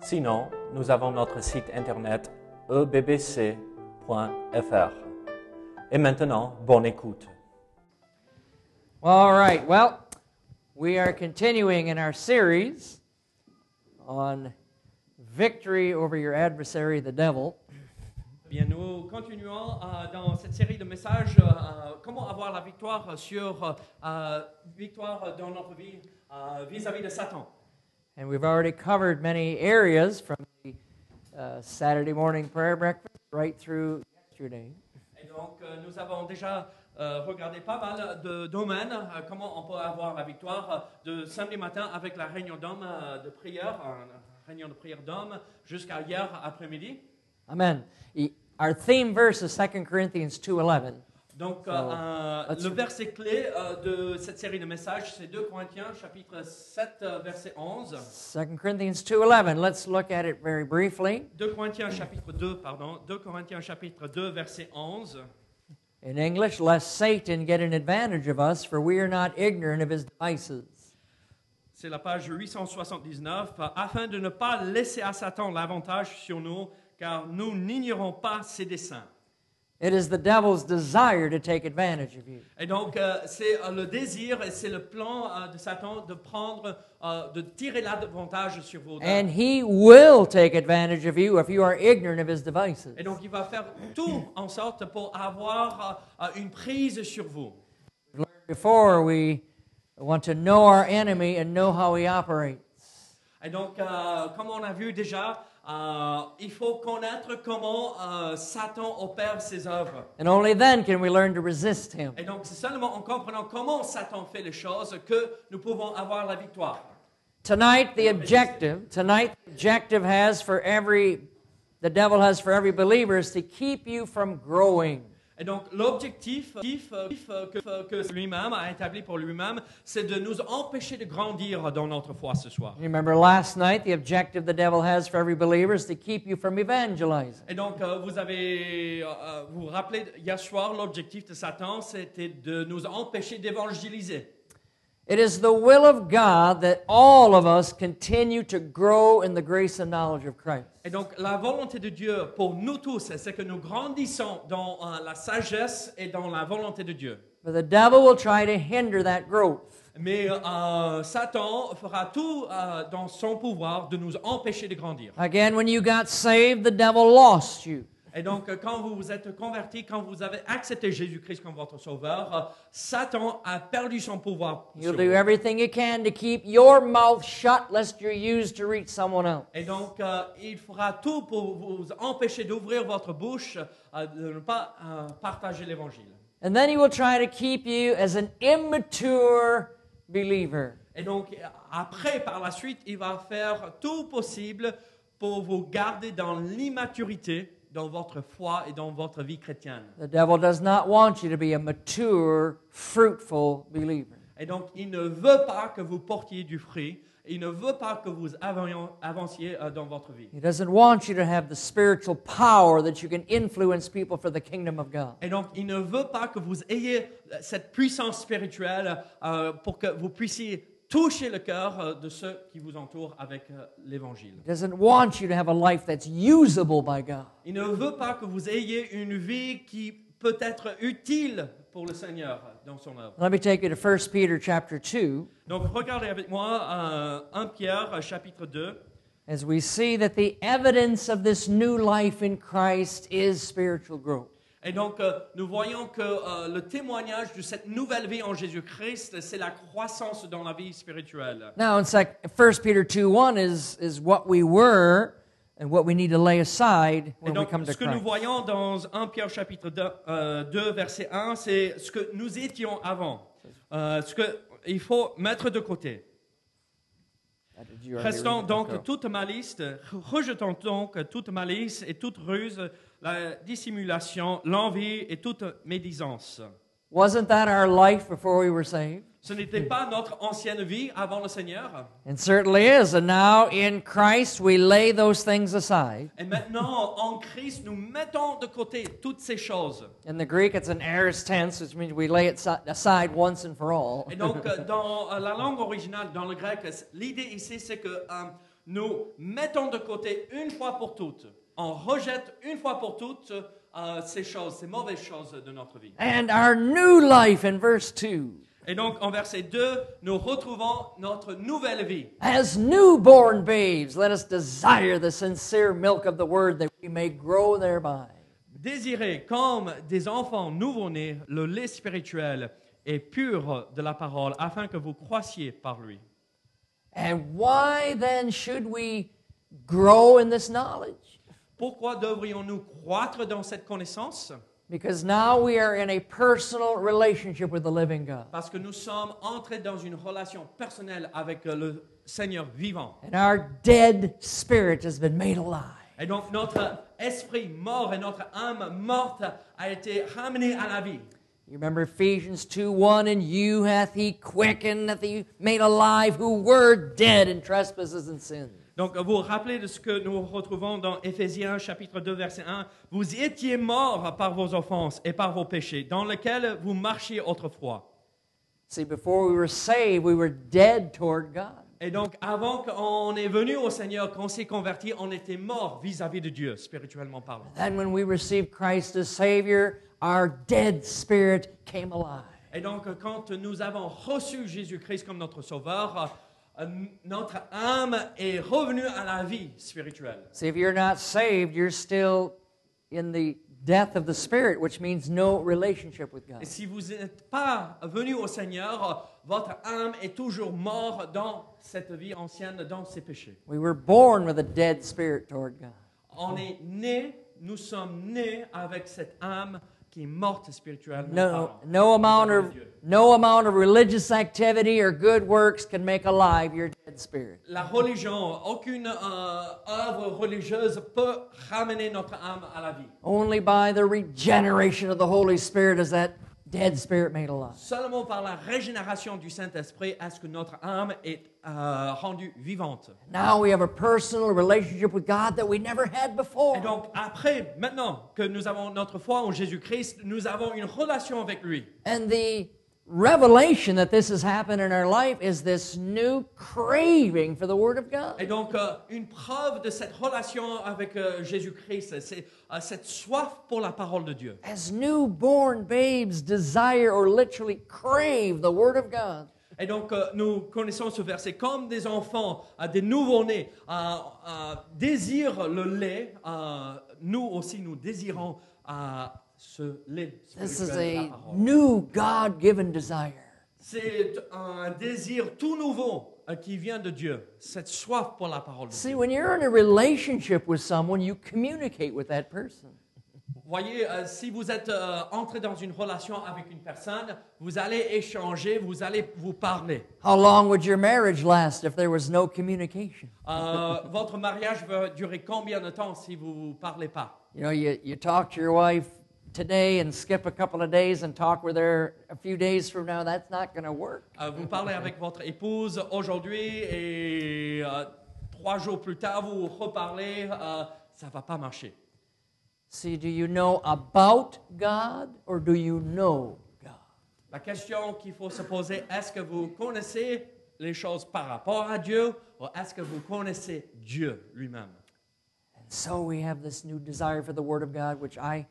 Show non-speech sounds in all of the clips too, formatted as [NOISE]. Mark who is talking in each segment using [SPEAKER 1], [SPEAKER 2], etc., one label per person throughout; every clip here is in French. [SPEAKER 1] Sinon, nous avons notre site internet e ebbc.fr. Et maintenant, bonne écoute.
[SPEAKER 2] All right. Well, we are continuing in our series on victory over your adversary, the devil.
[SPEAKER 3] Bien, nous continuons euh, dans cette série de messages euh, comment avoir la victoire sur euh, victoire dans notre vie euh, vis-à-vis de Satan.
[SPEAKER 2] And we've already covered many areas from the uh, Saturday morning prayer breakfast right through yesterday.
[SPEAKER 3] Et donc, euh, nous avons déjà euh, regardé pas mal de domaines euh, comment on peut avoir la victoire euh, de samedi matin avec la réunion d'hommes euh, de prière, euh, réunion de prière d'hommes, jusqu'à hier après-midi.
[SPEAKER 2] Amen. E- Our theme verse is 2 Corinthians 2.11.
[SPEAKER 3] Donc,
[SPEAKER 2] So,
[SPEAKER 3] euh,
[SPEAKER 2] let's-
[SPEAKER 3] le verset clé euh, de cette série de messages, c'est 2 Corinthiens, chapitre 7, euh, verset 11.
[SPEAKER 2] 2 Corinthians 2.11. Let's look at it very briefly.
[SPEAKER 3] 2 Corinthiens chapitre 2, pardon, 2 Corinthiens chapitre 2, verset 11.
[SPEAKER 2] In English, lest Satan get an advantage of us, for we are not ignorant of his devices.
[SPEAKER 3] C'est la page 879. euh, Afin de ne pas laisser à Satan l'avantage sur nous, car nous n'ignorons pas ses desseins.
[SPEAKER 2] It is the devil's desire to take advantage of you.
[SPEAKER 3] Et donc, euh, c'est euh, le désir et c'est le plan euh, de Satan de prendre, euh, de tirer l'avantage sur vos
[SPEAKER 2] And he will take advantage of you if you are ignorant of his devices.
[SPEAKER 3] Et donc, il va faire tout en sorte pour avoir euh, euh, une prise sur vous.
[SPEAKER 2] Before we want to know our enemy and know how he operates.
[SPEAKER 3] Et donc, euh, comme on a vu déjà, euh, il faut connaître comment euh, Satan opère ses œuvres.
[SPEAKER 2] And only then can we learn to resist him.
[SPEAKER 3] Et donc, c'est seulement en comprenant comment Satan fait les choses que nous pouvons avoir la victoire.
[SPEAKER 2] Tonight the objective, tonight the objective has for every the devil has for every believer is to keep you from growing.
[SPEAKER 3] Et donc, l'objectif l'objectif, euh, que, que lui-même a établi pour lui-même, c'est de nous empêcher de grandir dans notre foi ce soir.
[SPEAKER 2] You remember last night the objective the devil has for every believer is to keep you from evangelizing.
[SPEAKER 3] Et donc, euh, vous avez, euh, euh, vous vous rappelez, hier soir, l'objectif de Satan, c'était de nous empêcher d'évangéliser.
[SPEAKER 2] It is the will of God that all of us continue to grow in the grace and knowledge of Christ.
[SPEAKER 3] Et donc, la volonté de Dieu pour nous tous, c'est que nous grandissons dans euh, la sagesse et dans la volonté de Dieu.
[SPEAKER 2] But the devil will try to hinder that growth.
[SPEAKER 3] Mais euh, Satan fera tout euh, dans son pouvoir de nous empêcher de grandir.
[SPEAKER 2] Again, when you got saved, the devil lost you.
[SPEAKER 3] Et donc, euh, quand vous vous êtes convertis, quand vous avez accepté Jésus-Christ comme votre sauveur, euh, Satan a perdu son pouvoir. sur
[SPEAKER 2] You'll
[SPEAKER 3] vous.
[SPEAKER 2] do everything you can to keep your mouth shut lest you're used to reach someone else.
[SPEAKER 3] Et donc, euh, il fera tout pour vous empêcher d'ouvrir votre bouche, euh, de ne pas euh, partager l'évangile.
[SPEAKER 2] And then he will try to keep you as an immature believer.
[SPEAKER 3] Et donc, après, par la suite, il va faire tout possible pour vous garder dans l'immaturité, dans votre foi et dans votre vie chrétienne.
[SPEAKER 2] The devil does not want you to be a mature, fruitful believer.
[SPEAKER 3] Et donc, il ne veut pas que vous portiez du fruit. Il ne veut pas que vous avions- avanciez euh, dans votre vie.
[SPEAKER 2] He doesn't want you to have the spiritual power that you can influence people for the kingdom of God.
[SPEAKER 3] Et donc, il ne veut pas que vous ayez euh, cette puissance spirituelle euh, pour que vous puissiez toucher le cœur euh, de ceux qui vous entourent avec euh, l'Évangile.
[SPEAKER 2] He doesn't want you to have a life that's usable by God.
[SPEAKER 3] Il ne veut pas que vous ayez une vie qui peut être utile pour le Seigneur euh, dans son œuvre.
[SPEAKER 2] Let me take you to 1 Peter chapter 2
[SPEAKER 3] Donc, regardez avec moi euh, 1 Pierre euh, chapitre 2.
[SPEAKER 2] as we see that the evidence of this new life in Christ is spiritual growth.
[SPEAKER 3] Et donc, euh, nous voyons que euh, le témoignage de cette nouvelle vie en Jésus-Christ, c'est la croissance dans la vie spirituelle.
[SPEAKER 2] Now, in sec- 1 Peter 2 1 is, is what we were and what we need to lay aside
[SPEAKER 3] Et
[SPEAKER 2] when we
[SPEAKER 3] donc,
[SPEAKER 2] come to
[SPEAKER 3] ce que nous
[SPEAKER 2] Christ.
[SPEAKER 3] voyons dans 1 Pierre chapitre 2, euh, 2, verset 1, c'est ce que nous étions avant. Euh, ce qu'il faut mettre de côté.
[SPEAKER 2] Uh, did you already read
[SPEAKER 3] Restons
[SPEAKER 2] it?
[SPEAKER 3] donc
[SPEAKER 2] Okay.
[SPEAKER 3] toute malice, rejetons donc toute malice et toute ruse, la dissimulation, l'envie et toute médisance.
[SPEAKER 2] Wasn't that our life before we were saved?
[SPEAKER 3] Ce n'était pas notre ancienne vie avant le Seigneur.
[SPEAKER 2] It certainly is. And now in Christ, we lay those things aside.
[SPEAKER 3] Et maintenant, en Christ, nous mettons de côté toutes ces choses.
[SPEAKER 2] In the Greek, it's an aorist tense, which means we lay it si- aside once and for all.
[SPEAKER 3] Et donc, euh, dans euh, la langue originale, dans le grec, c- l'idée ici, c'est que euh, nous mettons de côté une fois pour toutes, on rejette une fois pour toutes euh, ces choses, ces mauvaises choses de notre vie.
[SPEAKER 2] And our new life in verse 2
[SPEAKER 3] Et donc, en verset 2, nous retrouvons notre nouvelle vie.
[SPEAKER 2] As newborn babes, let us desire the sincere milk of the word that we may grow thereby.
[SPEAKER 3] Désirez comme des enfants nouveau-nés le lait spirituel et pur de la parole, afin que vous croissiez par lui.
[SPEAKER 2] And why then should we grow in this knowledge?
[SPEAKER 3] Pourquoi devrions-nous croître dans cette connaissance
[SPEAKER 2] Because now we are in a personal relationship with the living God.
[SPEAKER 3] Parce que nous sommes entrés dans une relation personnelle avec euh, le Seigneur vivant.
[SPEAKER 2] And our dead spirit has been made alive.
[SPEAKER 3] Et donc notre esprit mort et notre âme morte a été ramenée à la vie.
[SPEAKER 2] You remember Ephesians 2 1 And you hath he quickened, hath he made alive, who were dead in trespasses and sins.
[SPEAKER 3] Donc vous vous rappelez de ce que nous retrouvons dans Éphésiens chapitre 2 verset 1. Vous étiez morts par vos offenses et par vos péchés, dans lesquels vous marchiez autrefois.
[SPEAKER 2] See, before we were saved, we were dead toward God.
[SPEAKER 3] Et donc avant qu'on est venu au Seigneur, qu'on s'est converti, on était mort vis-à-vis de Dieu, spirituellement parlant.
[SPEAKER 2] Then, when we received Christ as Savior, our dead spirit came alive.
[SPEAKER 3] Et donc, quand nous avons reçu Jésus-Christ comme notre Sauveur, euh, notre âme est revenue à la vie spirituelle.
[SPEAKER 2] See, if you're not saved, you're still in the death of the spirit, which means no relationship with God.
[SPEAKER 3] Et si vous n'êtes pas venu au Seigneur, votre âme est toujours morte dans cette vie ancienne, dans ses péchés.
[SPEAKER 2] We were born with a dead spirit toward God.
[SPEAKER 3] On est né, nous sommes nés avec cette âme qui est morte spirituellement.
[SPEAKER 2] No,
[SPEAKER 3] parlant.
[SPEAKER 2] no amount
[SPEAKER 3] Vis-à-vis
[SPEAKER 2] of
[SPEAKER 3] de Dieu.
[SPEAKER 2] no amount of religious activity or good works can make alive your dead spirit.
[SPEAKER 3] La religion, aucune euh, œuvre religieuse peut ramener notre âme à la vie.
[SPEAKER 2] Only by the regeneration of the Holy Spirit is that dead spirit made alive.
[SPEAKER 3] Seulement par la régénération du Saint-Esprit est-ce que notre âme est euh, rendue vivante.
[SPEAKER 2] Now we have a personal relationship with God that we never had
[SPEAKER 3] Et
[SPEAKER 2] before.
[SPEAKER 3] donc après, maintenant que nous avons notre foi en Jésus-Christ, nous avons une relation avec lui.
[SPEAKER 2] And the revelation that this has happened in our life is this new craving for the Word of
[SPEAKER 3] Et
[SPEAKER 2] God.
[SPEAKER 3] donc euh, une preuve de cette relation avec euh, Jésus-Christ, c'est euh, cette soif pour la parole de Dieu.
[SPEAKER 2] As newborn babes desire or literally crave the Word of God.
[SPEAKER 3] Et donc euh, nous connaissons ce verset comme des enfants, euh, des nouveau-nés, euh, euh, désirent le lait. euh, nous aussi, nous désirons euh, ce lait.
[SPEAKER 2] This is
[SPEAKER 3] spirituel de la
[SPEAKER 2] a
[SPEAKER 3] parole.
[SPEAKER 2] new God given desire.
[SPEAKER 3] C'est un désir tout nouveau euh, qui vient de Dieu, cette soif pour la parole. de Dieu.
[SPEAKER 2] See, when you're in a relationship with someone, you communicate with that person.
[SPEAKER 3] Vous voyez, euh, si vous êtes euh, entré dans une relation avec une personne, vous allez échanger, vous allez vous parler.
[SPEAKER 2] How long would your marriage last if there was no communication?
[SPEAKER 3] Euh, votre mariage va durer combien de temps si vous ne vous parlez pas
[SPEAKER 2] You know, you, you talk to your wife today and skip a couple of days and talk with her a few days from now, that's not going to work.
[SPEAKER 3] Euh, Vous parlez avec votre épouse aujourd'hui et euh, trois jours plus tard, vous reparlez, euh, ça ne va pas marcher.
[SPEAKER 2] See, do you know about God or do you know God?
[SPEAKER 3] La question qu'il faut se poser, est-ce que vous connaissez les choses par rapport à Dieu ou est-ce que vous connaissez Dieu lui-même?
[SPEAKER 2] And so we have this new desire for the Word of God, which I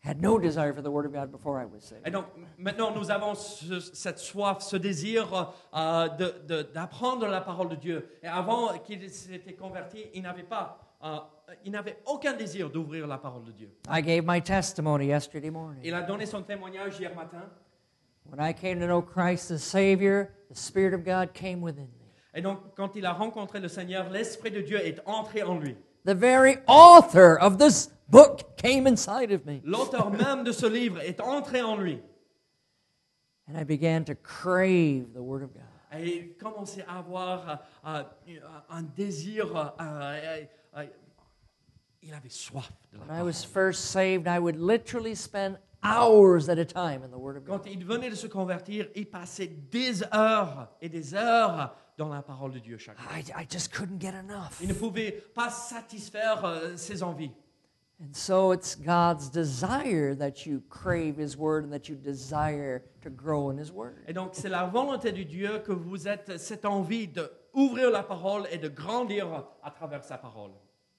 [SPEAKER 2] had no desire for the Word of God before I was saved.
[SPEAKER 3] Et donc maintenant, nous avons ce- cette soif, ce désir euh, de- de- d'apprendre la parole de Dieu. Et avant qu'il s'était converti, il n'avait pas, euh, il n'avait aucun désir d'ouvrir la parole de Dieu.
[SPEAKER 2] I gave my testimony yesterday morning.
[SPEAKER 3] Il a donné son témoignage hier matin.
[SPEAKER 2] When I came to know Christ as Savior, the Spirit of God came within me.
[SPEAKER 3] Et donc, quand il a rencontré le Seigneur, l'Esprit de Dieu est entré en lui.
[SPEAKER 2] The very author of this book came inside of me.
[SPEAKER 3] L'auteur même de ce livre est entré en lui.
[SPEAKER 2] And I began to crave the Word of God.
[SPEAKER 3] et commencer à avoir euh, euh, un désir. euh, euh, euh, il avait soif de la
[SPEAKER 2] When I
[SPEAKER 3] parole.
[SPEAKER 2] was first saved, I would literally spend hours at a time in the Word of God.
[SPEAKER 3] Quand il venait de se convertir, il passait des heures et des heures dans la parole de Dieu chaque jour.
[SPEAKER 2] I, I just couldn't get enough.
[SPEAKER 3] Il ne pouvait pas satisfaire euh, ses envies.
[SPEAKER 2] And so it's God's desire that you crave His Word and that you desire to grow in His Word.
[SPEAKER 3] Et donc, c'est la volonté de Dieu que vous êtes cette envie d'ouvrir la parole et de grandir à travers sa parole.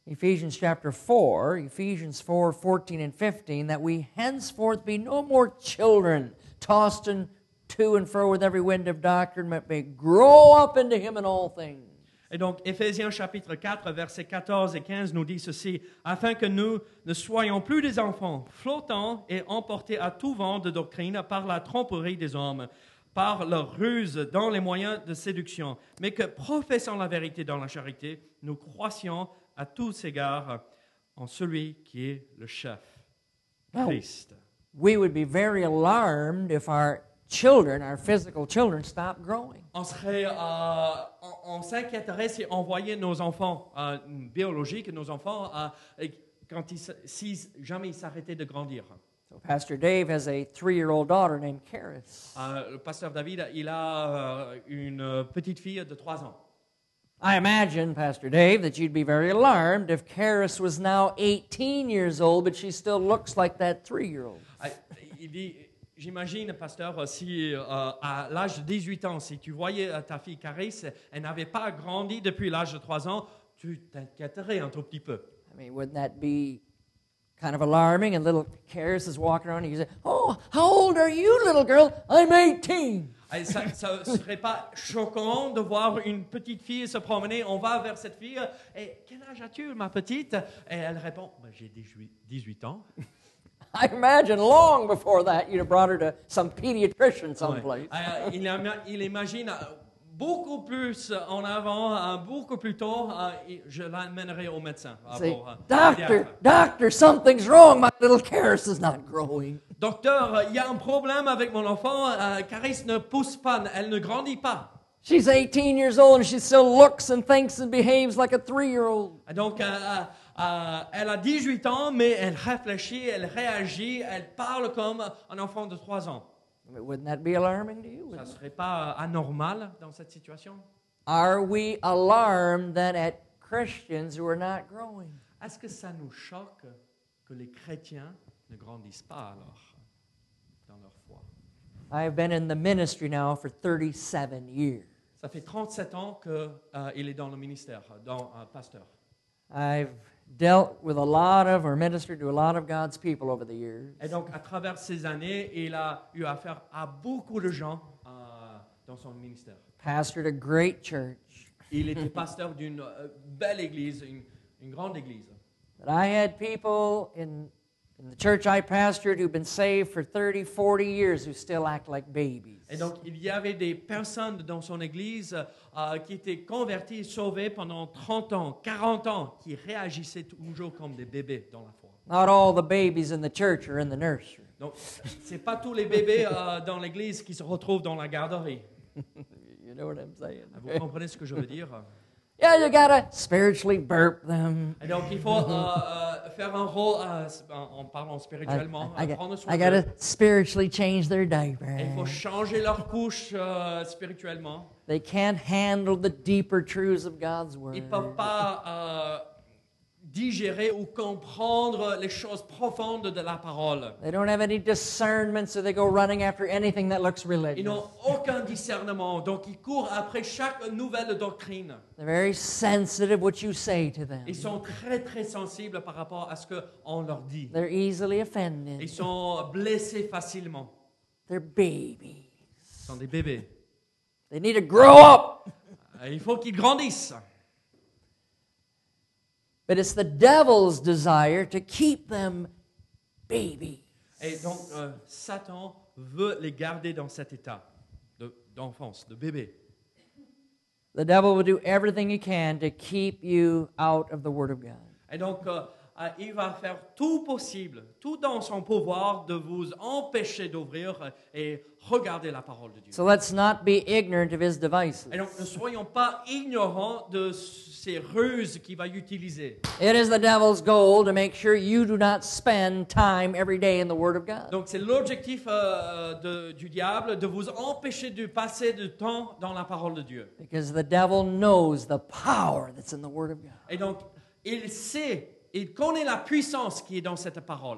[SPEAKER 2] Ephesians chapter 4, Ephesians 4 14 and 15, that we henceforth be no more children, tossed and to and fro with every wind of doctrine, but may grow up into Him in all things.
[SPEAKER 3] Et donc, Éphésiens chapitre 4, versets 14 et 15 nous dit ceci, afin que nous ne soyons plus des enfants, flottants et emportés à tout vent de doctrine par la tromperie des hommes, par leur ruse dans les moyens de séduction, mais que professant la vérité dans la charité, nous croissions à tous égards en celui qui est le chef,
[SPEAKER 2] Wow.
[SPEAKER 3] Christ.
[SPEAKER 2] We would be very alarmed if our children, our physical children, stopped growing.
[SPEAKER 3] On serait, euh, on, on s'inquiéterait si on voyait nos enfants euh, biologiques, nos enfants, euh, et quand ils, s- si jamais ils s'arrêtaient de grandir.
[SPEAKER 2] So Pastor Dave has a three year old daughter named Karis.
[SPEAKER 3] Euh, le pasteur David, il a euh, une petite fille de 3 ans.
[SPEAKER 2] I imagine, Pastor Dave, that you'd be very alarmed if Karis was now 18 years old, but she still looks like that three year old.
[SPEAKER 3] Euh, Il dit, j'imagine, pasteur, si euh, à l'âge de 18 ans, si tu voyais euh, ta fille Caris, elle n'avait pas grandi depuis l'âge de 3 ans, tu t'inquiéterais un tout petit peu.
[SPEAKER 2] I mean, wouldn't that be kind of alarming? And little Karis is walking around and you say, Oh, how old are you, little girl? I'm 18.
[SPEAKER 3] Et ça ne serait pas choquant de voir une petite fille se promener. On va vers cette fille. Et quel âge as-tu, ma petite Et elle répond Ben, J'ai 18 18 ans.
[SPEAKER 2] [LAUGHS] I imagine long before that you'd have brought her to some pediatrician
[SPEAKER 3] Ouais.
[SPEAKER 2] someplace.
[SPEAKER 3] Euh, il, ama- il imagine euh, beaucoup plus en avant, euh, beaucoup plus tôt. euh, il- Je l'amènerai au médecin. euh,
[SPEAKER 2] Say,
[SPEAKER 3] pour, euh,
[SPEAKER 2] Doctor,
[SPEAKER 3] pédiatre.
[SPEAKER 2] doctor, something's wrong. My little Karis is not growing. [LAUGHS]
[SPEAKER 3] Docteur, euh, il y a un problème avec mon enfant. euh, Caris ne pousse pas, elle ne grandit pas.
[SPEAKER 2] She's 18 years old and she still looks and thinks and behaves like a three year old.
[SPEAKER 3] Donc, euh, euh, euh, elle a 18 ans, mais elle réfléchit, elle réagit, elle parle comme un enfant de 3 ans.
[SPEAKER 2] Wouldn't that be alarming to you?
[SPEAKER 3] Ça ne
[SPEAKER 2] Wouldn't it?
[SPEAKER 3] serait pas euh, anormal dans cette situation
[SPEAKER 2] Are we alarmed then at Christians who are not growing?
[SPEAKER 3] Est-ce que ça nous choque que les chrétiens ne grandissent pas alors dans leur foi
[SPEAKER 2] I've been in the ministry now for 37 years.
[SPEAKER 3] Ça fait 37 ans qu'il est dans le ministère, dans un pasteur.
[SPEAKER 2] I've dealt with a lot of, or ministered to a lot of God's people over the years.
[SPEAKER 3] Et donc, à travers ces années, il a eu affaire à beaucoup de gens euh, dans son ministère.
[SPEAKER 2] Pastored a great church.
[SPEAKER 3] Il était pasteur d'une euh, belle église, une- une grande église.
[SPEAKER 2] But I had people in, in the church I pastored who've been saved for 30, 40 years who still act like babies.
[SPEAKER 3] Et donc, il y avait des personnes dans son église euh, qui étaient converties, sauvées pendant 30 ans, 40 ans, qui réagissaient toujours comme des bébés dans la foi.
[SPEAKER 2] Not all the babies in the church are in the nursery.
[SPEAKER 3] Donc, c'est pas tous les bébés euh, dans l'église qui se retrouvent dans la garderie.
[SPEAKER 2] You know what I'm saying?
[SPEAKER 3] Vous comprenez ce que je veux dire
[SPEAKER 2] Yeah, you gotta spiritually burp them.
[SPEAKER 3] Et donc, il faut euh, euh, faire un rôle, euh, en, en parlant
[SPEAKER 2] I,
[SPEAKER 3] spirituellement,
[SPEAKER 2] I- I
[SPEAKER 3] euh,
[SPEAKER 2] got-
[SPEAKER 3] prendre soin
[SPEAKER 2] I
[SPEAKER 3] d'eux.
[SPEAKER 2] gotta spiritually change their
[SPEAKER 3] Et il faut
[SPEAKER 2] diaper.
[SPEAKER 3] changer leur couche euh, spirituellement.
[SPEAKER 2] They can't handle the deeper truths of God's
[SPEAKER 3] Ils
[SPEAKER 2] word.
[SPEAKER 3] ne peuvent pas euh, digérer ou comprendre les choses profondes de la parole.
[SPEAKER 2] They don't have any discernment, so they go running after anything that looks
[SPEAKER 3] Ils
[SPEAKER 2] religious.
[SPEAKER 3] n'ont aucun discernement, donc ils courent après chaque nouvelle doctrine.
[SPEAKER 2] They're very sensitive what you say to them.
[SPEAKER 3] Ils sont très très sensibles par rapport à ce qu'on leur dit.
[SPEAKER 2] They're easily
[SPEAKER 3] Ils
[SPEAKER 2] offended.
[SPEAKER 3] sont blessés facilement.
[SPEAKER 2] They're babies.
[SPEAKER 3] Ils sont des bébés.
[SPEAKER 2] They need to grow up.
[SPEAKER 3] Euh, Il faut qu'ils grandissent.
[SPEAKER 2] But it's the devil's desire to keep them babies.
[SPEAKER 3] Et donc euh, Satan veut les garder dans cet état de- d'enfance, de bébé.
[SPEAKER 2] The devil will do everything he can to keep you out of the Word of God.
[SPEAKER 3] Et donc, euh, euh, il va faire tout possible, tout dans son pouvoir de vous empêcher d'ouvrir euh, et regarder la parole de Dieu.
[SPEAKER 2] So let's not be ignorant of his devices.
[SPEAKER 3] Et donc, ne soyons pas ignorants de ces ruses qu'il va utiliser.
[SPEAKER 2] It is the devil's goal to make sure you do not spend time every day in the Word of God.
[SPEAKER 3] Donc, c'est l'objectif euh, de- du diable de vous empêcher de passer du temps dans la parole de Dieu.
[SPEAKER 2] Because the devil knows the power that's in the Word of God.
[SPEAKER 3] Et donc, il sait, il connaît la puissance qui est dans cette parole.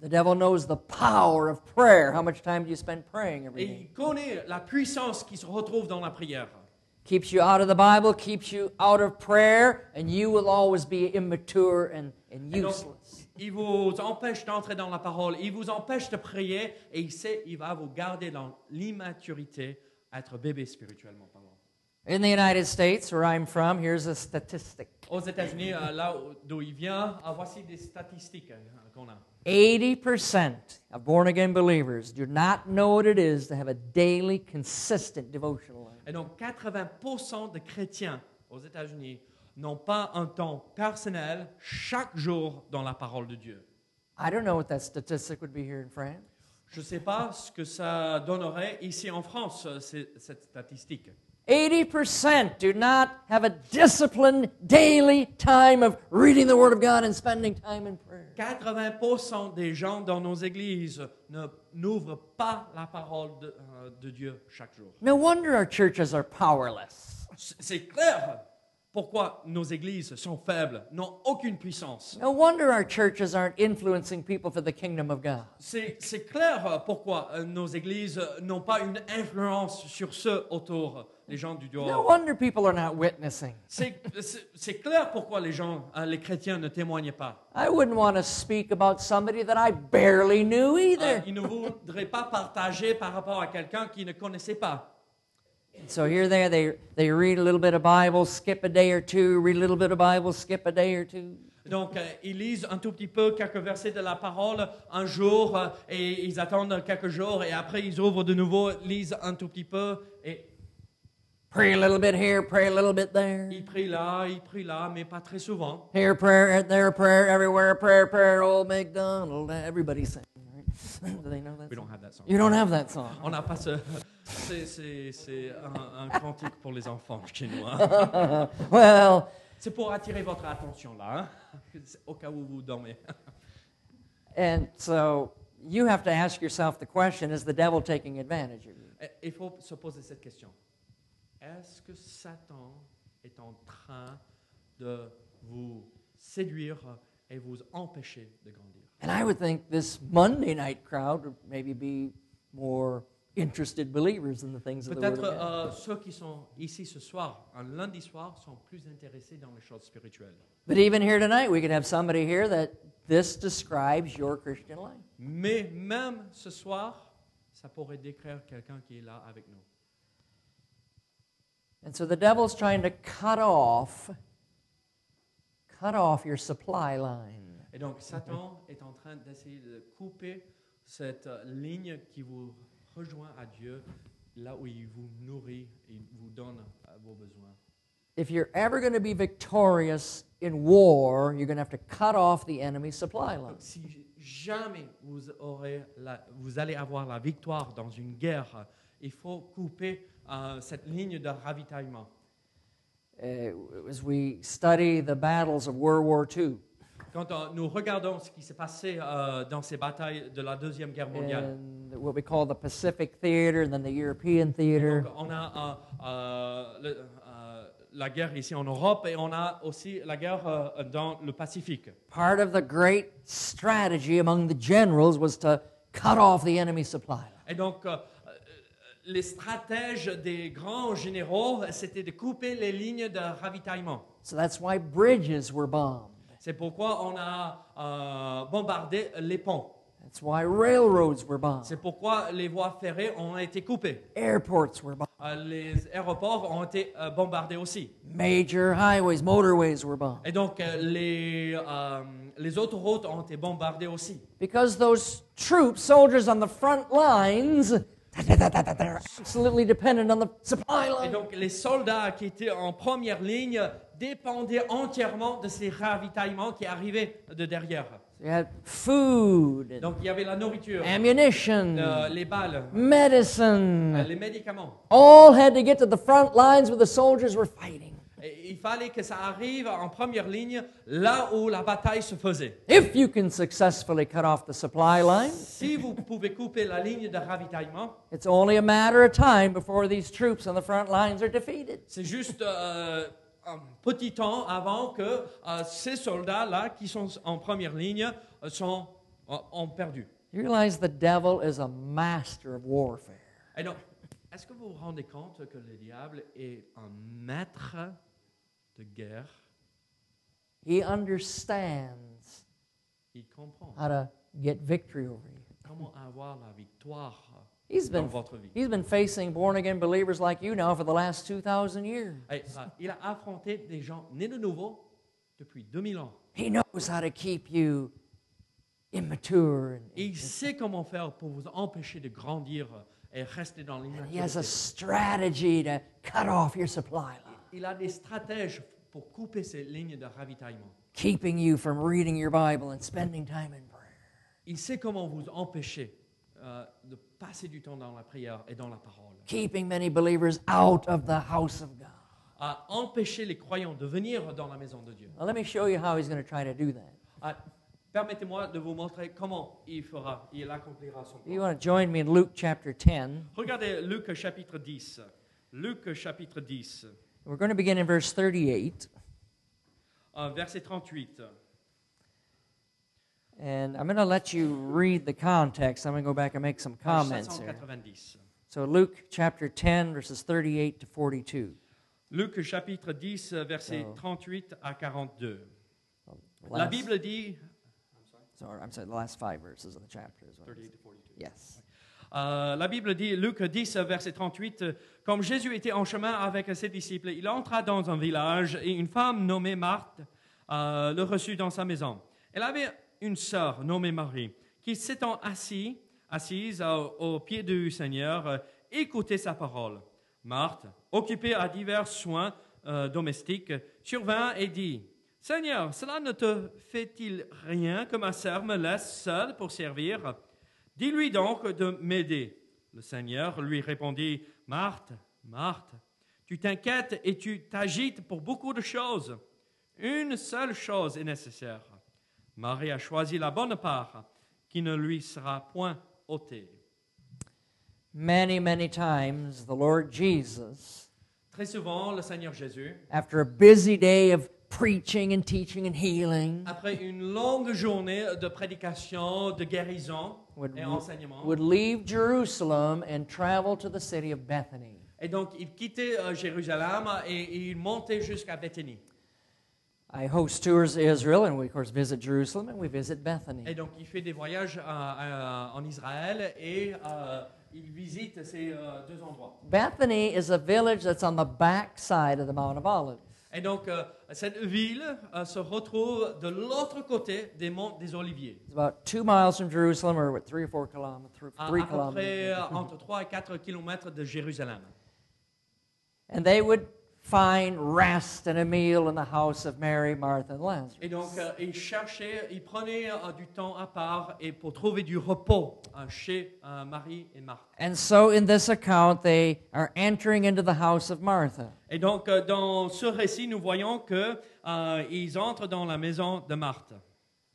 [SPEAKER 2] The devil knows the power of prayer. How much time do you spend praying every
[SPEAKER 3] Et
[SPEAKER 2] day?
[SPEAKER 3] il connaît la puissance qui se retrouve dans la prière.
[SPEAKER 2] Keeps you out of the Bible, keeps you out of prayer, and you will always be immature and, and
[SPEAKER 3] Et donc,
[SPEAKER 2] useless.
[SPEAKER 3] il vous empêche d'entrer dans la parole, il vous empêche de prier, et il sait, il va vous garder dans l'immaturité, être bébé spirituellement parlant.
[SPEAKER 2] In the United States, where I'm from, here's a statistic
[SPEAKER 3] Aux États-Unis, euh, là où- d'où il vient, euh, voici des statistiques euh, qu'on a.
[SPEAKER 2] 80% of born again believers do not know what it is to have a daily, consistent devotional life.
[SPEAKER 3] Et donc, 80% des chrétiens aux États-Unis n'ont pas un temps personnel chaque jour dans la parole de Dieu.
[SPEAKER 2] I don't know what that statistic would be here in France.
[SPEAKER 3] Je ne sais pas ce que ça donnerait ici en France, euh, c'est- cette statistique.
[SPEAKER 2] 80% do not have a disciplined daily time of reading the Word of God and spending time in prayer.
[SPEAKER 3] 80% des gens dans nos églises ne- n'ouvrent pas la parole de, euh, de Dieu chaque jour.
[SPEAKER 2] No wonder our churches are powerless.
[SPEAKER 3] C- C'est clair pourquoi nos églises sont faibles, n'ont aucune puissance.
[SPEAKER 2] No wonder our churches aren't influencing people for the kingdom of God.
[SPEAKER 3] C'est c'est clair pourquoi euh, nos églises euh, n'ont pas une influence sur ceux autour, euh, les gens du
[SPEAKER 2] No
[SPEAKER 3] dehors.
[SPEAKER 2] wonder people are not witnessing.
[SPEAKER 3] C'est c'est- c'est clair pourquoi les gens, euh, les chrétiens ne témoignent pas.
[SPEAKER 2] I wouldn't want to speak about somebody that I barely knew
[SPEAKER 3] Euh,
[SPEAKER 2] either.
[SPEAKER 3] Ils ne voudraient pas partager par rapport à quelqu'un qu'ils ne connaissaient pas.
[SPEAKER 2] So here they are, they they read a little bit of Bible, skip a day or two, read a little bit of Bible, skip a day or two.
[SPEAKER 3] Donc, euh, ils lisent un tout petit peu quelques versets de la parole un jour euh, et ils attendent quelques jours et après ils ouvrent de nouveau, lisent un tout petit peu et
[SPEAKER 2] Pray a little bit here, pray a little bit there.
[SPEAKER 3] ils prient là, ils prient là, mais pas très souvent.
[SPEAKER 2] Here prayer, there prayer, everywhere prayer, prayer, old McDonald. Everybody's saying, right? [LAUGHS] Do they know that?
[SPEAKER 3] We don't
[SPEAKER 2] song?
[SPEAKER 3] have that song.
[SPEAKER 2] You don't have that
[SPEAKER 3] [LAUGHS]
[SPEAKER 2] song.
[SPEAKER 3] On n'a pas ce. C'est, c'est- c'est un, un cantique pour les enfants chez
[SPEAKER 2] [LAUGHS]
[SPEAKER 3] nous. hein.
[SPEAKER 2] Well,
[SPEAKER 3] C'est pour attirer votre attention là, hein. C'est au cas où vous dormez.
[SPEAKER 2] and so you have to ask yourself the question is the devil taking advantage of you?
[SPEAKER 3] Et- Eh, Il faut se poser cette question. Est-ce que Satan est en train de vous séduire et vous empêcher de grandir
[SPEAKER 2] And I would think this Monday night crowd would maybe be more interested believers in the things of the Word of
[SPEAKER 3] Peut-être
[SPEAKER 2] God.
[SPEAKER 3] euh, ceux qui sont ici ce soir, un lundi soir, sont plus intéressés dans les choses spirituelles.
[SPEAKER 2] But even here tonight, we could have somebody here that this describes your Christian life.
[SPEAKER 3] Mais même ce soir, ça pourrait décrire quelqu'un qui est là avec nous.
[SPEAKER 2] And so the devil's trying to cut off, cut off your supply line.
[SPEAKER 3] Et donc Satan est en train d'essayer de couper cette euh, ligne qui vous rejoint à Dieu, là où il vous nourrit, il vous donne euh, vos besoins.
[SPEAKER 2] If you're ever going to be victorious in war, you're going to have to cut off the enemy's supply line.
[SPEAKER 3] Donc, si j- jamais vous, aurez la- vous allez avoir la victoire dans une guerre, euh, il faut couper euh, cette ligne de ravitaillement.
[SPEAKER 2] Uh, as we study the battles of World War II,
[SPEAKER 3] Quand euh, nous regardons ce qui s'est passé euh, dans ces batailles de la Deuxième Guerre mondiale,
[SPEAKER 2] and what we call the Pacific Theater and then the European Theater,
[SPEAKER 3] Donc, on a euh, euh, le- euh, la guerre ici en Europe et on a aussi la guerre euh, dans le Pacifique.
[SPEAKER 2] part of the great strategy among the generals was to cut off the enemy supply line.
[SPEAKER 3] Et donc, euh, euh, les stratèges des grands généraux, c'était de couper les lignes de ravitaillement.
[SPEAKER 2] So that's why bridges were bombed.
[SPEAKER 3] C'est pourquoi on a euh, bombardé les ponts.
[SPEAKER 2] That's why railroads were bombed.
[SPEAKER 3] C'est pourquoi les voies ferrées ont été coupées.
[SPEAKER 2] Airports were bombed.
[SPEAKER 3] Euh, les aéroports ont été euh, bombardés aussi.
[SPEAKER 2] Major highways, motorways were bombed.
[SPEAKER 3] Et donc, euh, les, euh, les autoroutes ont été bombardées aussi.
[SPEAKER 2] Because those troops, soldiers on the front lines, they're absolutely dependent on the supply
[SPEAKER 3] Et
[SPEAKER 2] line.
[SPEAKER 3] donc les soldats qui étaient en première ligne dépendait entièrement de ces ravitaillements qui arrivaient de derrière.
[SPEAKER 2] You had food, and
[SPEAKER 3] Donc il y avait la nourriture,
[SPEAKER 2] ammunition,
[SPEAKER 3] euh, les balles, euh,
[SPEAKER 2] medicine.
[SPEAKER 3] les médicaments.
[SPEAKER 2] All had to get to the front lines where the soldiers were fighting.
[SPEAKER 3] Et il fallait que ça arrive en première ligne, là où la bataille se faisait.
[SPEAKER 2] If you can successfully cut off the supply line,
[SPEAKER 3] Si vous pouvez couper la ligne de ravitaillement,
[SPEAKER 2] it's only a matter of time before these troops on the front lines are defeated.
[SPEAKER 3] c'est juste euh, un petit temps avant que euh, ces soldats-là, qui sont en première ligne, euh, sont, ont ont perdu.
[SPEAKER 2] You realize the devil is a master of warfare.
[SPEAKER 3] Et donc, est-ce que vous vous rendez compte que le diable est un maître de guerre
[SPEAKER 2] He understands
[SPEAKER 3] Il comprend
[SPEAKER 2] how to get victory over you.
[SPEAKER 3] comment avoir la victoire
[SPEAKER 2] He's
[SPEAKER 3] dans
[SPEAKER 2] been,
[SPEAKER 3] votre vie.
[SPEAKER 2] he's been facing born again believers like you now for the last 2,000 years.
[SPEAKER 3] Et, euh, il a affronté des gens nés de nouveau depuis 2000 ans.
[SPEAKER 2] He knows how to keep you immature. and-
[SPEAKER 3] Et il sait comment faire pour vous empêcher de grandir et rester dans
[SPEAKER 2] and he has a
[SPEAKER 3] l'immaturité.
[SPEAKER 2] strategy to cut off your supply line,
[SPEAKER 3] Il a des stratèges pour couper ces lignes de ravitaillement.
[SPEAKER 2] keeping you from reading your Bible and spending time in prayer.
[SPEAKER 3] Il sait comment vous empêcher euh, de passer du temps dans la prière et dans la parole.
[SPEAKER 2] keeping many believers out of the house of God.
[SPEAKER 3] à empêcher les croyants de venir dans la maison de Dieu.
[SPEAKER 2] Now, let me show you how he's going to try to do that.
[SPEAKER 3] Ah, Permettez-moi de vous montrer comment il fera, il accomplira son
[SPEAKER 2] You
[SPEAKER 3] plan.
[SPEAKER 2] want to join me in Luke chapter 10.
[SPEAKER 3] Regardez Luc chapitre 10. Luc chapitre 10,
[SPEAKER 2] We're going to begin in verse 38.
[SPEAKER 3] euh, verset 38.
[SPEAKER 2] And I'm going to let you read the context. I'm going to go back and make some
[SPEAKER 3] page
[SPEAKER 2] comments here.
[SPEAKER 3] 590.
[SPEAKER 2] So, Luke chapter 10, verses 38 to 42.
[SPEAKER 3] Luc chapitre 10, verset 38 à 42.
[SPEAKER 2] The
[SPEAKER 3] La
[SPEAKER 2] last-
[SPEAKER 3] Bible dit,
[SPEAKER 2] Sorry, I'm sorry, the last five verses of the chapter is what it is.
[SPEAKER 3] 38 42.
[SPEAKER 2] Yes.
[SPEAKER 3] Euh, la Bible dit, Luc 10, verset 38, euh, Comme Jésus était en chemin avec ses disciples, il entra dans un village et une femme nommée Marthe euh, le reçut dans sa maison. Elle avait une sœur nommée Marie qui s'étant assise, assise euh, au pied du Seigneur, euh, écoutait sa parole. Marthe, occupée à divers soins euh, domestiques, survint et dit, Seigneur, cela ne te fait-il rien que ma sœur me laisse seule pour servir Dis-lui donc de m'aider. Le Seigneur lui répondit, Marthe, Marthe, tu t'inquiètes et tu t'agites pour beaucoup de choses. Une seule chose est nécessaire. Marie a choisi la bonne part qui ne lui sera point ôtée.
[SPEAKER 2] Many, many times the Lord Jesus,
[SPEAKER 3] Très souvent, le Seigneur Jésus,
[SPEAKER 2] after a busy day of preaching and teaching and healing,
[SPEAKER 3] après une longue journée de prédication, de guérison
[SPEAKER 2] would,
[SPEAKER 3] et enseignement,
[SPEAKER 2] would leave Jerusalem and travel to the city of Bethany.
[SPEAKER 3] et donc il quittait euh, Jérusalem et il montait jusqu'à Béthanie.
[SPEAKER 2] I host tours to Israel, and we, of course, visit Jerusalem and we visit
[SPEAKER 3] Et
[SPEAKER 2] Bethany.
[SPEAKER 3] donc, il fait des voyages euh, euh, en Israël et euh, il visite ces euh, deux endroits.
[SPEAKER 2] Bethany is a village that's on the back side of the Mount of Olives.
[SPEAKER 3] Et donc, euh, cette ville euh, se retrouve de l'autre côté des monts des Oliviers,
[SPEAKER 2] It's about two miles from Jerusalem, or what, three or four kilometers, three,
[SPEAKER 3] à,
[SPEAKER 2] three
[SPEAKER 3] à peu près
[SPEAKER 2] kilometers.
[SPEAKER 3] euh, entre 3 et 4 kilomètres de Jérusalem.
[SPEAKER 2] And they would find rest and a meal in the house of Mary, Martha, and Lazarus.
[SPEAKER 3] Et donc, euh, il cherchait, il prenait euh, du temps à part et pour trouver du repos euh, chez euh, Marie et Marthe.
[SPEAKER 2] And so, in this account, they are entering into the house of Martha.
[SPEAKER 3] Et donc, euh, dans ce récit, nous voyons que euh, ils entrent dans la maison de Marthe.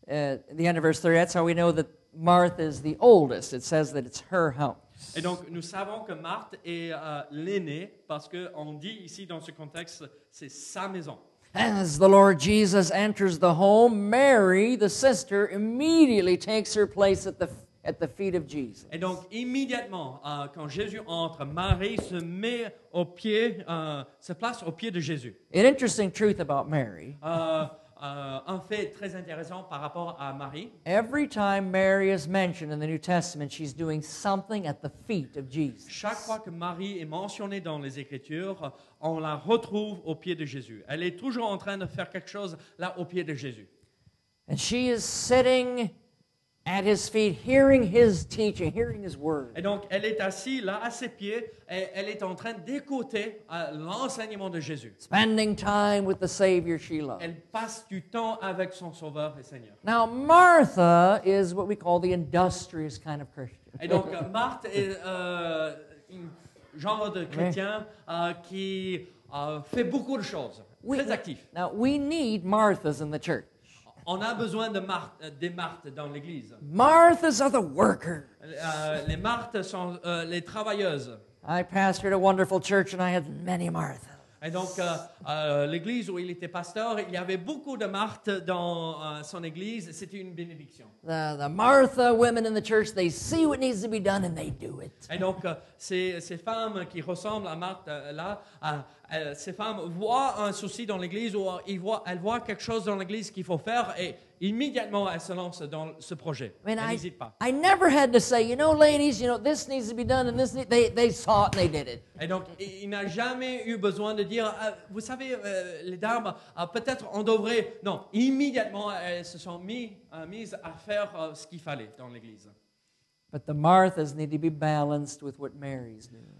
[SPEAKER 2] Uh, the end of verse 30, that's how we know that Martha is the oldest. It says that it's her house.
[SPEAKER 3] Et donc, nous savons que Marthe est euh, l'aînée parce qu'on dit ici dans ce contexte, c'est sa maison.
[SPEAKER 2] As the Lord Jesus enters the home, Mary, the sister, immediately takes her place at the, at the feet of Jesus.
[SPEAKER 3] Et donc, immédiatement, euh, quand Jésus entre, Marie se met au pied, euh, se place au pied de Jésus.
[SPEAKER 2] An interesting truth about Mary
[SPEAKER 3] Euh, euh, un fait très intéressant par rapport à Marie.
[SPEAKER 2] every time Mary is mentioned in the New Testament, she's doing something at the feet of Jesus.
[SPEAKER 3] Chaque fois que Marie est mentionnée dans les Écritures, on la retrouve au pied de Jésus. Elle est toujours en train de faire quelque chose là au pied de Jésus.
[SPEAKER 2] And she is sitting at his feet, hearing his teaching, hearing his word.
[SPEAKER 3] Et donc, elle est assise là, à ses pieds, et elle est en train d'écouter euh, l'enseignement de Jésus.
[SPEAKER 2] spending time with the Savior she loved.
[SPEAKER 3] Elle passe du temps avec son Sauveur et Seigneur.
[SPEAKER 2] Now, Martha is what we call the industrious kind of Christian.
[SPEAKER 3] Et donc, euh, Marthe est euh, un genre de chrétien euh, qui euh, fait beaucoup de choses, très actif.
[SPEAKER 2] Now, we need Marthas in the church.
[SPEAKER 3] On a besoin de Marthe- euh, des Marthes dans l'Église.
[SPEAKER 2] Marthas are the worker.
[SPEAKER 3] Euh, les Marthes sont euh, les travailleuses.
[SPEAKER 2] I pastored a wonderful church and I had many Marthas.
[SPEAKER 3] Et donc, euh, euh, l'église où il était pasteur, il y avait beaucoup de Marthe dans euh, son église. C'était une bénédiction.
[SPEAKER 2] The, the Martha women in the church, they see what needs to be done and they do it.
[SPEAKER 3] Et donc, euh, ces, ces femmes qui ressemblent à Marthe, euh, là, euh, euh, ces femmes voient un souci dans l'église ou euh, ils voient- elles voient quelque chose dans l'église qu'il faut faire et immédiatement elles se lancent dans ce projet.
[SPEAKER 2] I mean,
[SPEAKER 3] elles
[SPEAKER 2] I,
[SPEAKER 3] n'hésitent pas.
[SPEAKER 2] I never had to say, you know, ladies, you know, this needs to be done and this need, they, they saw it and they did it.
[SPEAKER 3] Et donc, il il n'a jamais eu besoin de dire, Ah, vous savez, euh, les dames, ah, peut-être on devrait. Non, immédiatement, elles se sont mis- euh, mises à faire euh, ce qu'il fallait dans l'église.
[SPEAKER 2] But the Marthas need to be balanced with what Mary's doing.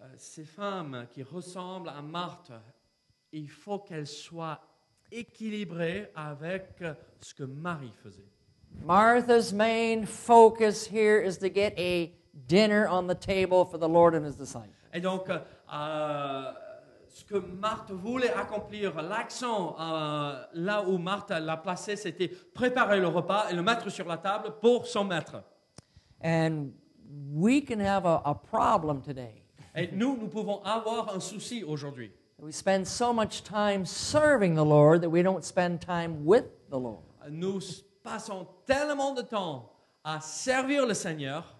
[SPEAKER 3] Euh, Ces femmes qui ressemblent à Marthe, il faut qu'elles soient équilibrées avec euh, ce que Marie faisait.
[SPEAKER 2] Martha's main focus here is to get a dinner on the table for the Lord and his disciples.
[SPEAKER 3] Et donc, euh, euh, ce que Marthe voulait accomplir, l'accent euh, là où Marthe l'a placé, c'était préparer le repas et le mettre sur la table pour son maître.
[SPEAKER 2] And we can have a, a problem today.
[SPEAKER 3] Et nous, nous pouvons avoir un souci aujourd'hui.
[SPEAKER 2] We spend so much time serving the Lord that we don't spend time with the Lord.
[SPEAKER 3] Nous passons tellement de temps à servir le Seigneur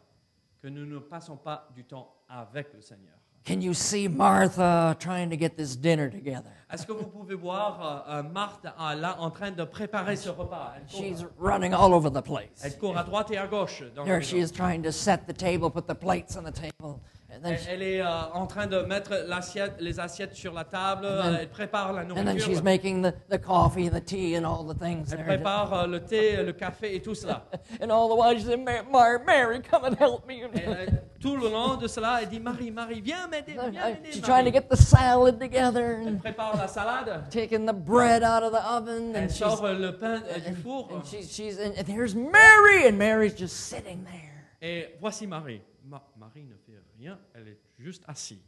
[SPEAKER 3] que nous ne passons pas du temps avec le Seigneur.
[SPEAKER 2] Can you see Martha trying to get this dinner together?
[SPEAKER 3] Est-ce que vous pouvez voir euh, euh, Marthe euh, là en train de préparer ce repas elle court,
[SPEAKER 2] She's running all over the place.
[SPEAKER 3] elle court à droite et à gauche. dans la
[SPEAKER 2] There she is
[SPEAKER 3] maison.
[SPEAKER 2] trying to set the table, put the plates on the table, and then,
[SPEAKER 3] Elle,
[SPEAKER 2] she-
[SPEAKER 3] elle est euh, en train de mettre l'assiette- les assiettes sur la table.
[SPEAKER 2] then-
[SPEAKER 3] elle prépare la
[SPEAKER 2] and then she's
[SPEAKER 3] nourriture.
[SPEAKER 2] making the, the coffee and the tea and all the things
[SPEAKER 3] Elle
[SPEAKER 2] there.
[SPEAKER 3] prépare euh, le thé, le café et
[SPEAKER 2] [LAUGHS]
[SPEAKER 3] tout cela.
[SPEAKER 2] And all the while she said, Mary, Mary, Mary, come and help me.
[SPEAKER 3] Et, euh, tout le long de cela, elle dit Marie, Marie, viens m'aider,
[SPEAKER 2] Uh,
[SPEAKER 3] viens
[SPEAKER 2] uh,
[SPEAKER 3] m'aider.
[SPEAKER 2] She's trying to
[SPEAKER 3] Marie.
[SPEAKER 2] get the salad together
[SPEAKER 3] Elle
[SPEAKER 2] and
[SPEAKER 3] prépare la salade.
[SPEAKER 2] taking the bread out of the oven.
[SPEAKER 3] Elle
[SPEAKER 2] And she's,
[SPEAKER 3] sort euh, le pain euh, du four.
[SPEAKER 2] and she's, she's and, and there's Mary, and Mary's just sitting there.
[SPEAKER 3] Et voici Marie. Ma- Marie ne fait rien, elle est juste assise.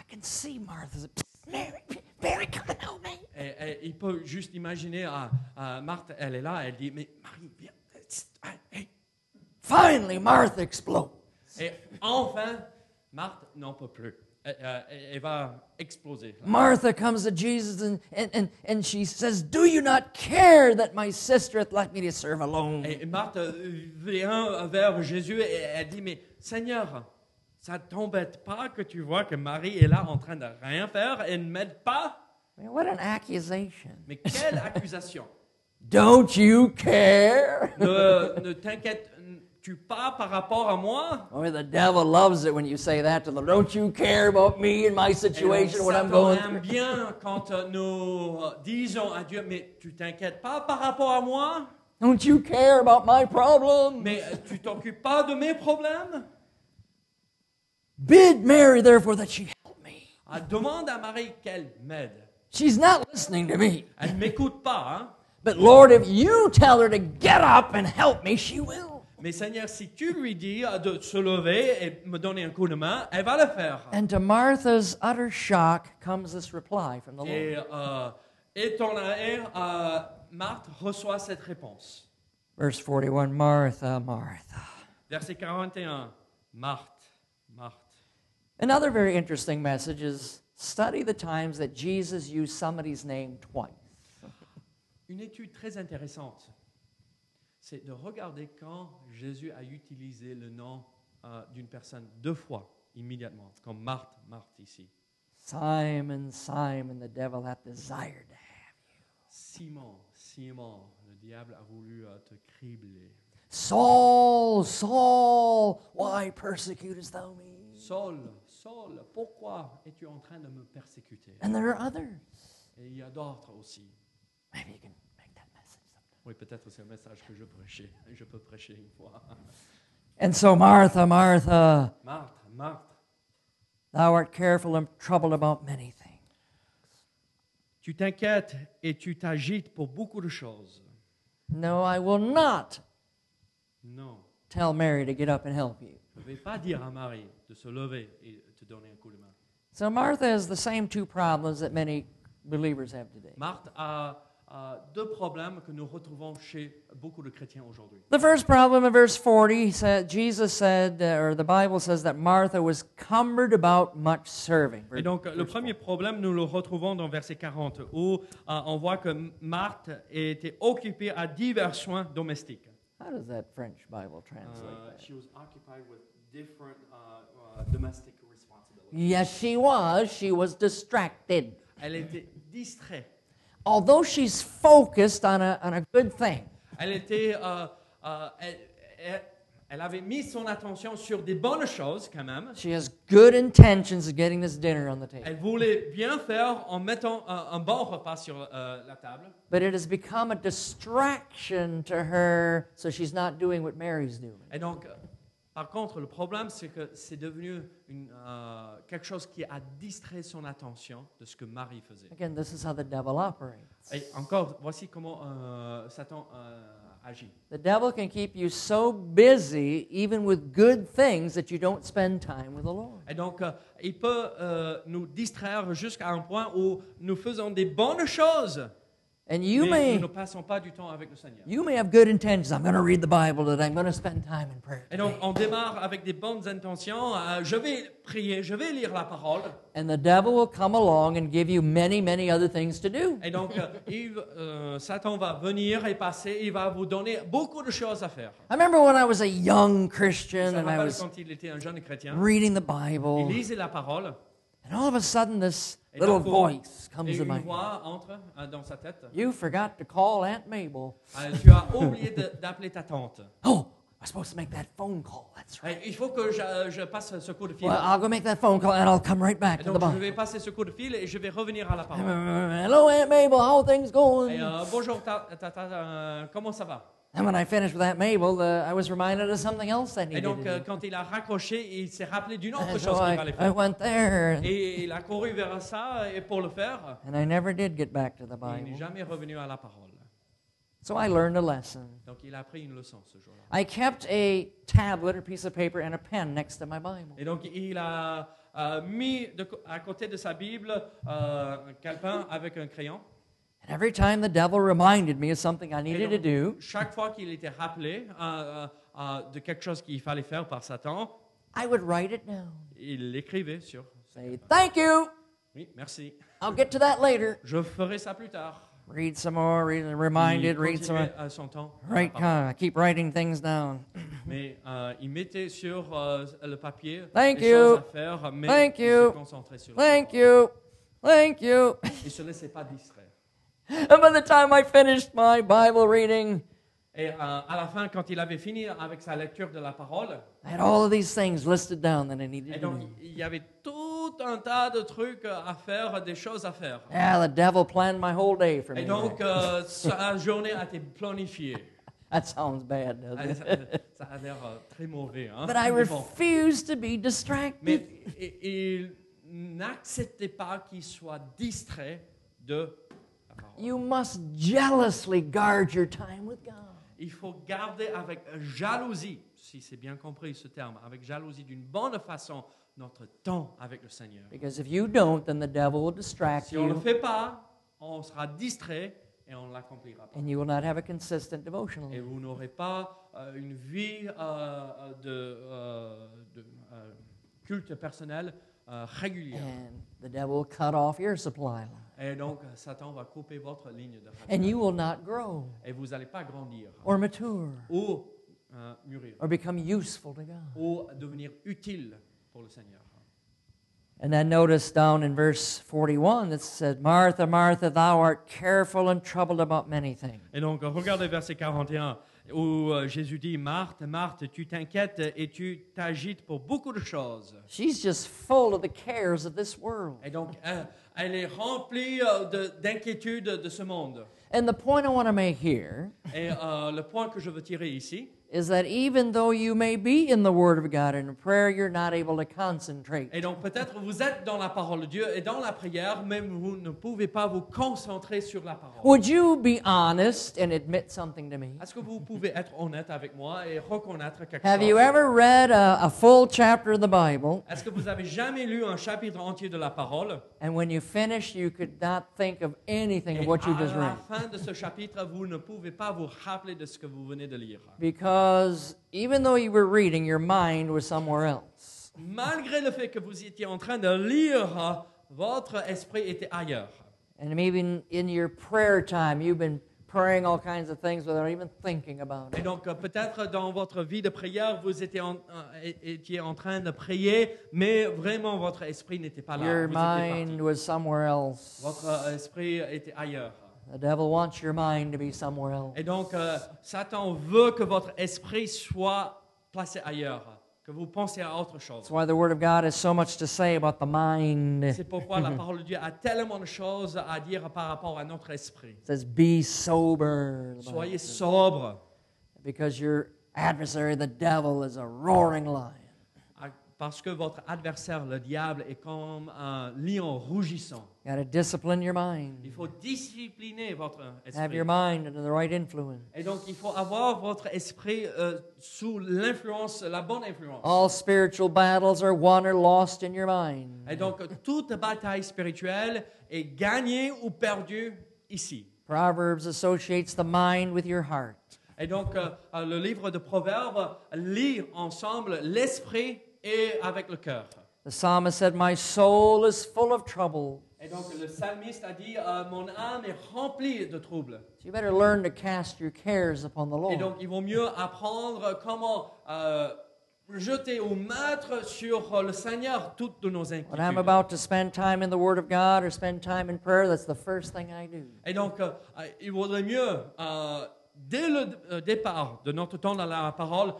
[SPEAKER 2] I can see Martha's. "Psst, Mary, p- Mary, come and help me.
[SPEAKER 3] Et, et il peut juste imaginer, ah, ah, Marthe, elle est là, elle dit, mais Marie, viens. tst, ah, hey.
[SPEAKER 2] Finally, Martha explodes.
[SPEAKER 3] Et enfin, Marthe n'en peut plus. Elle, euh, elle- elle va exploser.
[SPEAKER 2] Martha comes to Jesus and, and, and, and she says, Do you not care that my sister hath left me to serve alone?
[SPEAKER 3] Et Marthe euh, vient vers Jésus et elle dit, mais Seigneur, ça t'embête pas que tu vois que Marie est là en train de rien faire et ne m'aide pas
[SPEAKER 2] Man, what an accusation.
[SPEAKER 3] Mais quelle accusation
[SPEAKER 2] Don't you care?
[SPEAKER 3] Ne, ne t'inquiètes-tu pas par rapport à moi
[SPEAKER 2] Boy, the devil loves it when you say that to the Lord. Don't you care about me and my
[SPEAKER 3] Et donc,
[SPEAKER 2] situation, what I'm
[SPEAKER 3] Satan
[SPEAKER 2] going
[SPEAKER 3] aime
[SPEAKER 2] through?
[SPEAKER 3] bien quand euh, nous euh, disons à Dieu, mais tu t'inquiètes pas par rapport à moi,
[SPEAKER 2] Don't you care about my problem?
[SPEAKER 3] mais euh, tu t'occupes pas de mes problèmes.
[SPEAKER 2] Bid Mary, therefore, that she help me.
[SPEAKER 3] Ah, Demande à Marie qu'elle m'aide.
[SPEAKER 2] She's not listening to me.
[SPEAKER 3] Elle ne m'écoute pas, hein.
[SPEAKER 2] But Lord, if you tell her to get up and help me, she will.
[SPEAKER 3] mais Seigneur, si tu lui dis euh, de se lever et me donner un coup de main, elle va le faire.
[SPEAKER 2] And to Martha's utter shock comes this reply from the Lord.
[SPEAKER 3] Et euh, étant là, et, euh, Marthe reçoit cette réponse.
[SPEAKER 2] Verse 41 Martha, Martha.
[SPEAKER 3] Verset 41, Marthe, Marthe.
[SPEAKER 2] Another very interesting message is study the times that Jesus used somebody's name twice.
[SPEAKER 3] Une étude très intéressante, c'est de regarder quand Jésus a utilisé le nom euh, d'une personne deux fois immédiatement, comme Marthe, Marthe ici.
[SPEAKER 2] Simon, Simon, the devil hath desired to have.
[SPEAKER 3] Simon, Simon, le diable a voulu euh, te cribler.
[SPEAKER 2] Saul, Saul, why persecutest thou me?
[SPEAKER 3] Saul, Saul, pourquoi es-tu en train de me persécuter
[SPEAKER 2] And there are others.
[SPEAKER 3] Et il y a d'autres aussi.
[SPEAKER 2] Maybe you can make that message sometime.
[SPEAKER 3] Oui, peut-être c'est un message que je prêchais. Je peux prêcher une fois.
[SPEAKER 2] And so, Martha, Martha,
[SPEAKER 3] Marthe, Marthe,
[SPEAKER 2] thou art careful and troubled about many things.
[SPEAKER 3] tu t'inquiètes et tu t'agites pour beaucoup de choses.
[SPEAKER 2] No, I will not
[SPEAKER 3] Non,
[SPEAKER 2] tell Mary to get up and help you.
[SPEAKER 3] je ne vais pas dire à Marie de se lever et te donner un coup de main.
[SPEAKER 2] So, Martha has the same two problems that many believers have today.
[SPEAKER 3] Marthe a, a deux problèmes que nous retrouvons chez beaucoup de chrétiens aujourd'hui.
[SPEAKER 2] The first problem in verse 40, he said, Jesus said, uh, or the Bible says that Martha was cumbered about much serving.
[SPEAKER 3] Et donc, le premier problème, nous le retrouvons dans verset 40, où euh, on voit que Marthe était occupée à divers soins domestiques.
[SPEAKER 2] How does that French Bible translate?
[SPEAKER 3] Uh, she was occupied with different uh, uh, domestic responsibilities.
[SPEAKER 2] Yes, she was. She was distracted.
[SPEAKER 3] Elle était distraite.
[SPEAKER 2] Although she's focused on a, on a good thing,
[SPEAKER 3] Elle était, euh, euh, elle, elle- elle avait mis son attention sur des bonnes choses quand même.
[SPEAKER 2] she has good intentions of getting this dinner on the table.
[SPEAKER 3] Elle voulait bien faire en mettant un, un bon repas sur euh, la table.
[SPEAKER 2] But it has become a distraction to her, so she's not doing what Mary's doing.
[SPEAKER 3] Et donc, euh, par contre, le problème, c'est que c'est devenu une, euh, quelque chose qui a distrait son attention de ce que Marie faisait.
[SPEAKER 2] Again, this is how the devil operates.
[SPEAKER 3] Et encore, voici comment euh, Satan euh, agit.
[SPEAKER 2] The devil can keep you so busy, even with good things, that you don't spend time with the Lord.
[SPEAKER 3] Et donc, euh, il peut euh, nous distraire jusqu'à un point où nous faisons des bonnes choses,
[SPEAKER 2] And you
[SPEAKER 3] mais nous
[SPEAKER 2] may
[SPEAKER 3] ne passons pas du temps avec le Seigneur.
[SPEAKER 2] you may have good intentions. I'm going to read the Bible today. I'm going to spend time in prayer.
[SPEAKER 3] Et donc,
[SPEAKER 2] today."
[SPEAKER 3] on démarre avec des bonnes intentions. euh, je vais prier, je vais lire la parole.
[SPEAKER 2] And the devil will come along and give you many, many other things to do.
[SPEAKER 3] Et donc, euh, il- euh, Satan va venir et passer. Il va vous donner beaucoup de choses à faire.
[SPEAKER 2] I remember when I was a young
[SPEAKER 3] Je
[SPEAKER 2] Christian
[SPEAKER 3] me
[SPEAKER 2] and I
[SPEAKER 3] rappelle
[SPEAKER 2] was
[SPEAKER 3] quand il était un jeune chrétien.
[SPEAKER 2] reading the
[SPEAKER 3] Il
[SPEAKER 2] Bible,
[SPEAKER 3] lisait la parole.
[SPEAKER 2] and all of a sudden this
[SPEAKER 3] Et
[SPEAKER 2] little
[SPEAKER 3] d'un coup,
[SPEAKER 2] voice
[SPEAKER 3] et
[SPEAKER 2] comes to
[SPEAKER 3] une
[SPEAKER 2] my head.
[SPEAKER 3] voix entre euh, dans sa tête.
[SPEAKER 2] You forgot to call Aunt Mabel.
[SPEAKER 3] Euh, tu as oublié de- d'appeler ta tante.
[SPEAKER 2] Oh, I was supposed to make that phone call. That's right.
[SPEAKER 3] Et il faut que je, je passe ce coup de fil.
[SPEAKER 2] Well, I'll go make that phone call and I'll come right back
[SPEAKER 3] Et
[SPEAKER 2] to the
[SPEAKER 3] donc, je
[SPEAKER 2] Bible.
[SPEAKER 3] vais passer ce coup de fil et je vais revenir à la parole.
[SPEAKER 2] [LAUGHS] Hello, Aunt Mabel. How are things
[SPEAKER 3] Et,
[SPEAKER 2] going?
[SPEAKER 3] euh, bonjour, ta- ta- ta- euh, comment ça va?
[SPEAKER 2] And when I finished with Aunt Mabel, uh, I was reminded of something else that
[SPEAKER 3] Et
[SPEAKER 2] needed
[SPEAKER 3] donc,
[SPEAKER 2] to
[SPEAKER 3] euh,
[SPEAKER 2] do.
[SPEAKER 3] quand il a raccroché, il s'est rappelé d'une autre
[SPEAKER 2] And so
[SPEAKER 3] chose qu'il
[SPEAKER 2] I,
[SPEAKER 3] fallait
[SPEAKER 2] I
[SPEAKER 3] faire.
[SPEAKER 2] went there,
[SPEAKER 3] Et il a couru vers ça et pour le faire,
[SPEAKER 2] and I never did get back to the
[SPEAKER 3] il n'est
[SPEAKER 2] Bible.
[SPEAKER 3] jamais revenu à la parole.
[SPEAKER 2] So I learned a lesson.
[SPEAKER 3] Donc, il a appris une leçon ce jour-là.
[SPEAKER 2] I kept a tablet or piece of paper and a pen next to my Bible.
[SPEAKER 3] Et donc, il a euh, mis de co- à côté de sa Bible euh, un calepin avec un crayon.
[SPEAKER 2] And every time the devil reminded me of something I
[SPEAKER 3] Et
[SPEAKER 2] needed to
[SPEAKER 3] donc,
[SPEAKER 2] do,
[SPEAKER 3] chaque fois qu'il était rappelé euh, euh, euh, de quelque chose qu'il fallait faire par Satan,
[SPEAKER 2] I would write it down.
[SPEAKER 3] il l'écrivait sur.
[SPEAKER 2] Say, thank you.
[SPEAKER 3] Oui, merci.
[SPEAKER 2] I'll get to that later.
[SPEAKER 3] Je ferai ça plus tard.
[SPEAKER 2] Read some more, read,
[SPEAKER 3] il
[SPEAKER 2] reminded, read some
[SPEAKER 3] continuait
[SPEAKER 2] more.
[SPEAKER 3] à son temps.
[SPEAKER 2] Right, I keep writing things down.
[SPEAKER 3] Mais euh, il mettait sur euh, le papier
[SPEAKER 2] Thank
[SPEAKER 3] les
[SPEAKER 2] you.
[SPEAKER 3] choses à faire, mais
[SPEAKER 2] Thank
[SPEAKER 3] il
[SPEAKER 2] you.
[SPEAKER 3] se concentrait sur la
[SPEAKER 2] Thank
[SPEAKER 3] parole.
[SPEAKER 2] you. Thank you. [LAUGHS]
[SPEAKER 3] Il se laissait pas distraire.
[SPEAKER 2] And by the time I finished my Bible reading,
[SPEAKER 3] Et euh, à la fin, quand il avait fini avec sa lecture de la parole,
[SPEAKER 2] I had all of these things listed down that I needed
[SPEAKER 3] et
[SPEAKER 2] to
[SPEAKER 3] donc
[SPEAKER 2] do.
[SPEAKER 3] il y avait tout un tas de trucs à faire, des choses à faire.
[SPEAKER 2] Yeah, the devil planned my whole day for me.
[SPEAKER 3] Et donc
[SPEAKER 2] today.
[SPEAKER 3] euh, sa journée a été planifiée.
[SPEAKER 2] that sounds bad, doesn't
[SPEAKER 3] Ah,
[SPEAKER 2] it?
[SPEAKER 3] Ça, ça a l'air euh, très mauvais. Hein?
[SPEAKER 2] But I
[SPEAKER 3] Mais bon.
[SPEAKER 2] refuse to be distracted.
[SPEAKER 3] Mais i- il n'acceptait pas qu'il soit distrait de la parole.
[SPEAKER 2] You must jealously guard your time with God.
[SPEAKER 3] Il faut garder avec jalousie, si c'est bien compris ce terme, avec jalousie d'une bonne façon notre temps avec le Seigneur.
[SPEAKER 2] Because if you don't, then the devil will distract
[SPEAKER 3] Si on ne le
[SPEAKER 2] you
[SPEAKER 3] fait pas, on sera distrait et on ne l'accomplira pas.
[SPEAKER 2] and you will not have a consistent devotional.
[SPEAKER 3] Et vous n'aurez pas euh, une vie euh, de, euh, de, euh, culte personnel euh, régulière.
[SPEAKER 2] And the devil will cut off your supply line.
[SPEAKER 3] Et donc, Satan va couper votre ligne de
[SPEAKER 2] And
[SPEAKER 3] fracas.
[SPEAKER 2] you will not grow
[SPEAKER 3] Et vous n'allez pas grandir
[SPEAKER 2] or mature
[SPEAKER 3] ou euh, mûrir
[SPEAKER 2] or become useful to God.
[SPEAKER 3] ou devenir utile pour le Seigneur.
[SPEAKER 2] And then notice down in verse 41 it said, Martha, Martha, thou art careful and troubled about many things.
[SPEAKER 3] Et donc, regardez verset 41 où euh, Jésus dit, Marthe, Marthe, tu t'inquiètes et tu t'agites pour beaucoup de choses.
[SPEAKER 2] She's just full of the cares of this world.
[SPEAKER 3] Et donc, euh, elle est remplie euh, de- d'inquiétudes de, ce monde.
[SPEAKER 2] And the point I want to make here
[SPEAKER 3] Et euh, le point que je veux tirer ici
[SPEAKER 2] is that even though you may be in the Word of God and in prayer, you're not able to concentrate.
[SPEAKER 3] Et donc peut-être vous êtes dans la parole de Dieu et dans la prière, mais vous ne pouvez pas vous concentrer sur la parole.
[SPEAKER 2] Would you be honest and admit something to me?
[SPEAKER 3] Est-ce que vous pouvez être honnête avec moi et reconnaître quelque
[SPEAKER 2] Have you
[SPEAKER 3] chose
[SPEAKER 2] ever read a, a full chapter of the Bible
[SPEAKER 3] Est-ce que vous avez jamais lu un chapitre entier de la parole
[SPEAKER 2] and when you finish, you could not think of anything
[SPEAKER 3] Et
[SPEAKER 2] of what you
[SPEAKER 3] à
[SPEAKER 2] just read?
[SPEAKER 3] la fin de ce chapitre, vous ne pouvez pas vous rappeler de ce que vous venez de lire.
[SPEAKER 2] Because even though you were reading, your mind was somewhere else.
[SPEAKER 3] Malgré le fait que vous étiez en train de lire, euh, votre esprit était ailleurs.
[SPEAKER 2] And maybe in, in your prayer time, you've been praying all kinds of things without even thinking about
[SPEAKER 3] Et
[SPEAKER 2] it.
[SPEAKER 3] donc euh, peut-être dans votre vie de prière, vous étiez en, euh, é- étiez en train de prier, mais vraiment votre esprit n'était pas là.
[SPEAKER 2] Your
[SPEAKER 3] Vous étiez parti.
[SPEAKER 2] mind was somewhere else.
[SPEAKER 3] Votre euh, esprit était ailleurs.
[SPEAKER 2] The devil wants your mind to be somewhere else.
[SPEAKER 3] Et donc euh, Satan veut que votre esprit soit placé ailleurs, que vous pensez à autre chose.
[SPEAKER 2] That's why the Word of God has so much to say about the mind. It
[SPEAKER 3] C'est pourquoi
[SPEAKER 2] [LAUGHS]
[SPEAKER 3] la parole de Dieu a tellement de choses à dire par rapport à notre esprit.
[SPEAKER 2] says, Be sober. the Bible
[SPEAKER 3] Soyez
[SPEAKER 2] says,
[SPEAKER 3] sobre
[SPEAKER 2] Because your adversary, the devil, is a roaring lion.
[SPEAKER 3] à- parce que votre adversaire, le diable, est comme un lion rougissant.
[SPEAKER 2] You got to discipline your
[SPEAKER 3] Il
[SPEAKER 2] mind.
[SPEAKER 3] faut discipliner votre
[SPEAKER 2] Have
[SPEAKER 3] esprit.
[SPEAKER 2] your mind under the right influence.
[SPEAKER 3] Et donc, il faut avoir votre esprit euh, sous l'influence, la bonne influence.
[SPEAKER 2] All spiritual battles are won or lost in your mind.
[SPEAKER 3] Et donc, toute bataille spirituelle est gagnée ou perdue ici.
[SPEAKER 2] Proverbs associates the mind with your heart.
[SPEAKER 3] Et donc, euh, euh, le livre de Proverbes lit ensemble l'esprit et avec le cœur.
[SPEAKER 2] The psalmist said, My soul is full of trouble.
[SPEAKER 3] Et donc, le psalmiste a dit euh, Mon âme est remplie de troubles.
[SPEAKER 2] So you better learn to cast your cares upon the
[SPEAKER 3] Et
[SPEAKER 2] Lord.
[SPEAKER 3] donc, il vaut mieux apprendre comment euh, jeter ou mettre sur le Seigneur toutes de nos
[SPEAKER 2] When I'm
[SPEAKER 3] inquiétudes.
[SPEAKER 2] about to spend time in the Word of God or spend time in prayer, that's the first thing I do.
[SPEAKER 3] Et donc, euh, euh, il vaudrait mieux, euh, dès le euh, départ de notre temps dans la parole,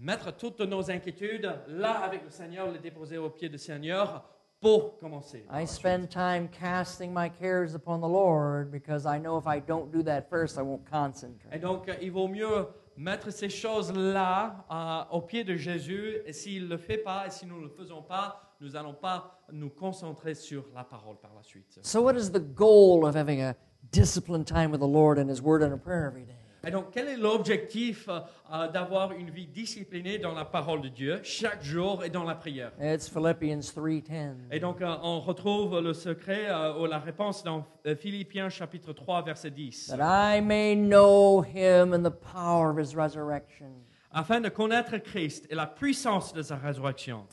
[SPEAKER 3] mettre toutes nos inquiétudes là avec le Seigneur, les déposer aux pieds du Seigneur pour commencer.
[SPEAKER 2] I spend time casting my cares upon the Lord because I know if I don't do that first, I won't
[SPEAKER 3] Et
[SPEAKER 2] concentrate.
[SPEAKER 3] donc, euh, il vaut mieux mettre ces choses là euh, aux pieds de Jésus. Et s'il ne le fait pas, et si nous ne le faisons pas, nous n'allons pas nous concentrer sur la parole par la suite.
[SPEAKER 2] So, what is the goal of having a disciplined time with the Lord and His Word and in prayer every day?
[SPEAKER 3] Et donc, quel est l'objectif euh, euh, d'avoir une vie disciplinée dans la parole de Dieu chaque jour et dans la prière
[SPEAKER 2] It's Philippians 3:10.
[SPEAKER 3] Et donc, euh, on retrouve le secret euh, ou la réponse dans euh, Philippiens chapitre 3, verset 10.
[SPEAKER 2] That I may know him and the power of his resurrection.
[SPEAKER 3] Afin de connaître Christ et la puissance de sa résurrection.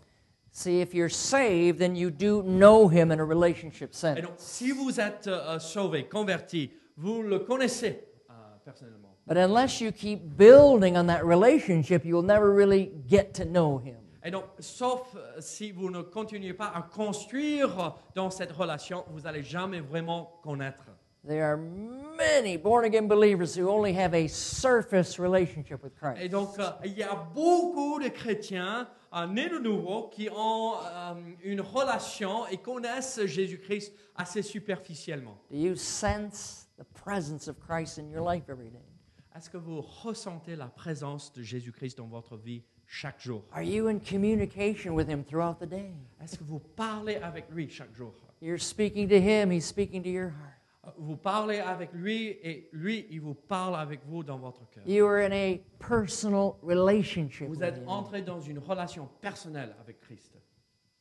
[SPEAKER 2] See, if you're saved, then you do know him in a relationship
[SPEAKER 3] Et
[SPEAKER 2] sense.
[SPEAKER 3] donc, si vous êtes euh, euh, sauvé, converti, vous le connaissez euh, personnellement.
[SPEAKER 2] But unless you keep building on that relationship, you'll never really get to know him.
[SPEAKER 3] Et donc, sauf euh, si vous ne continuez pas à construire dans cette relation, vous n'allez jamais vraiment connaître.
[SPEAKER 2] There are many born again believers who only have a surface relationship with Christ.
[SPEAKER 3] Et donc, euh, il y a beaucoup de chrétiens euh, nés de nouveau qui ont euh, une relation et connaissent Jésus-Christ assez superficiellement.
[SPEAKER 2] Do you sense the presence of Christ in your life every day?
[SPEAKER 3] Est-ce que vous ressentez la présence de Jésus-Christ dans votre vie chaque jour
[SPEAKER 2] Are you in communication with him throughout the day?
[SPEAKER 3] Est-ce que vous parlez avec lui chaque jour Euh,
[SPEAKER 2] You're speaking to him, he's speaking to your heart.
[SPEAKER 3] Vous parlez avec lui et lui, il vous parle avec vous dans votre cœur.
[SPEAKER 2] You are in a personal relationship
[SPEAKER 3] Vous
[SPEAKER 2] with
[SPEAKER 3] êtes
[SPEAKER 2] him.
[SPEAKER 3] entré dans une relation personnelle avec Christ.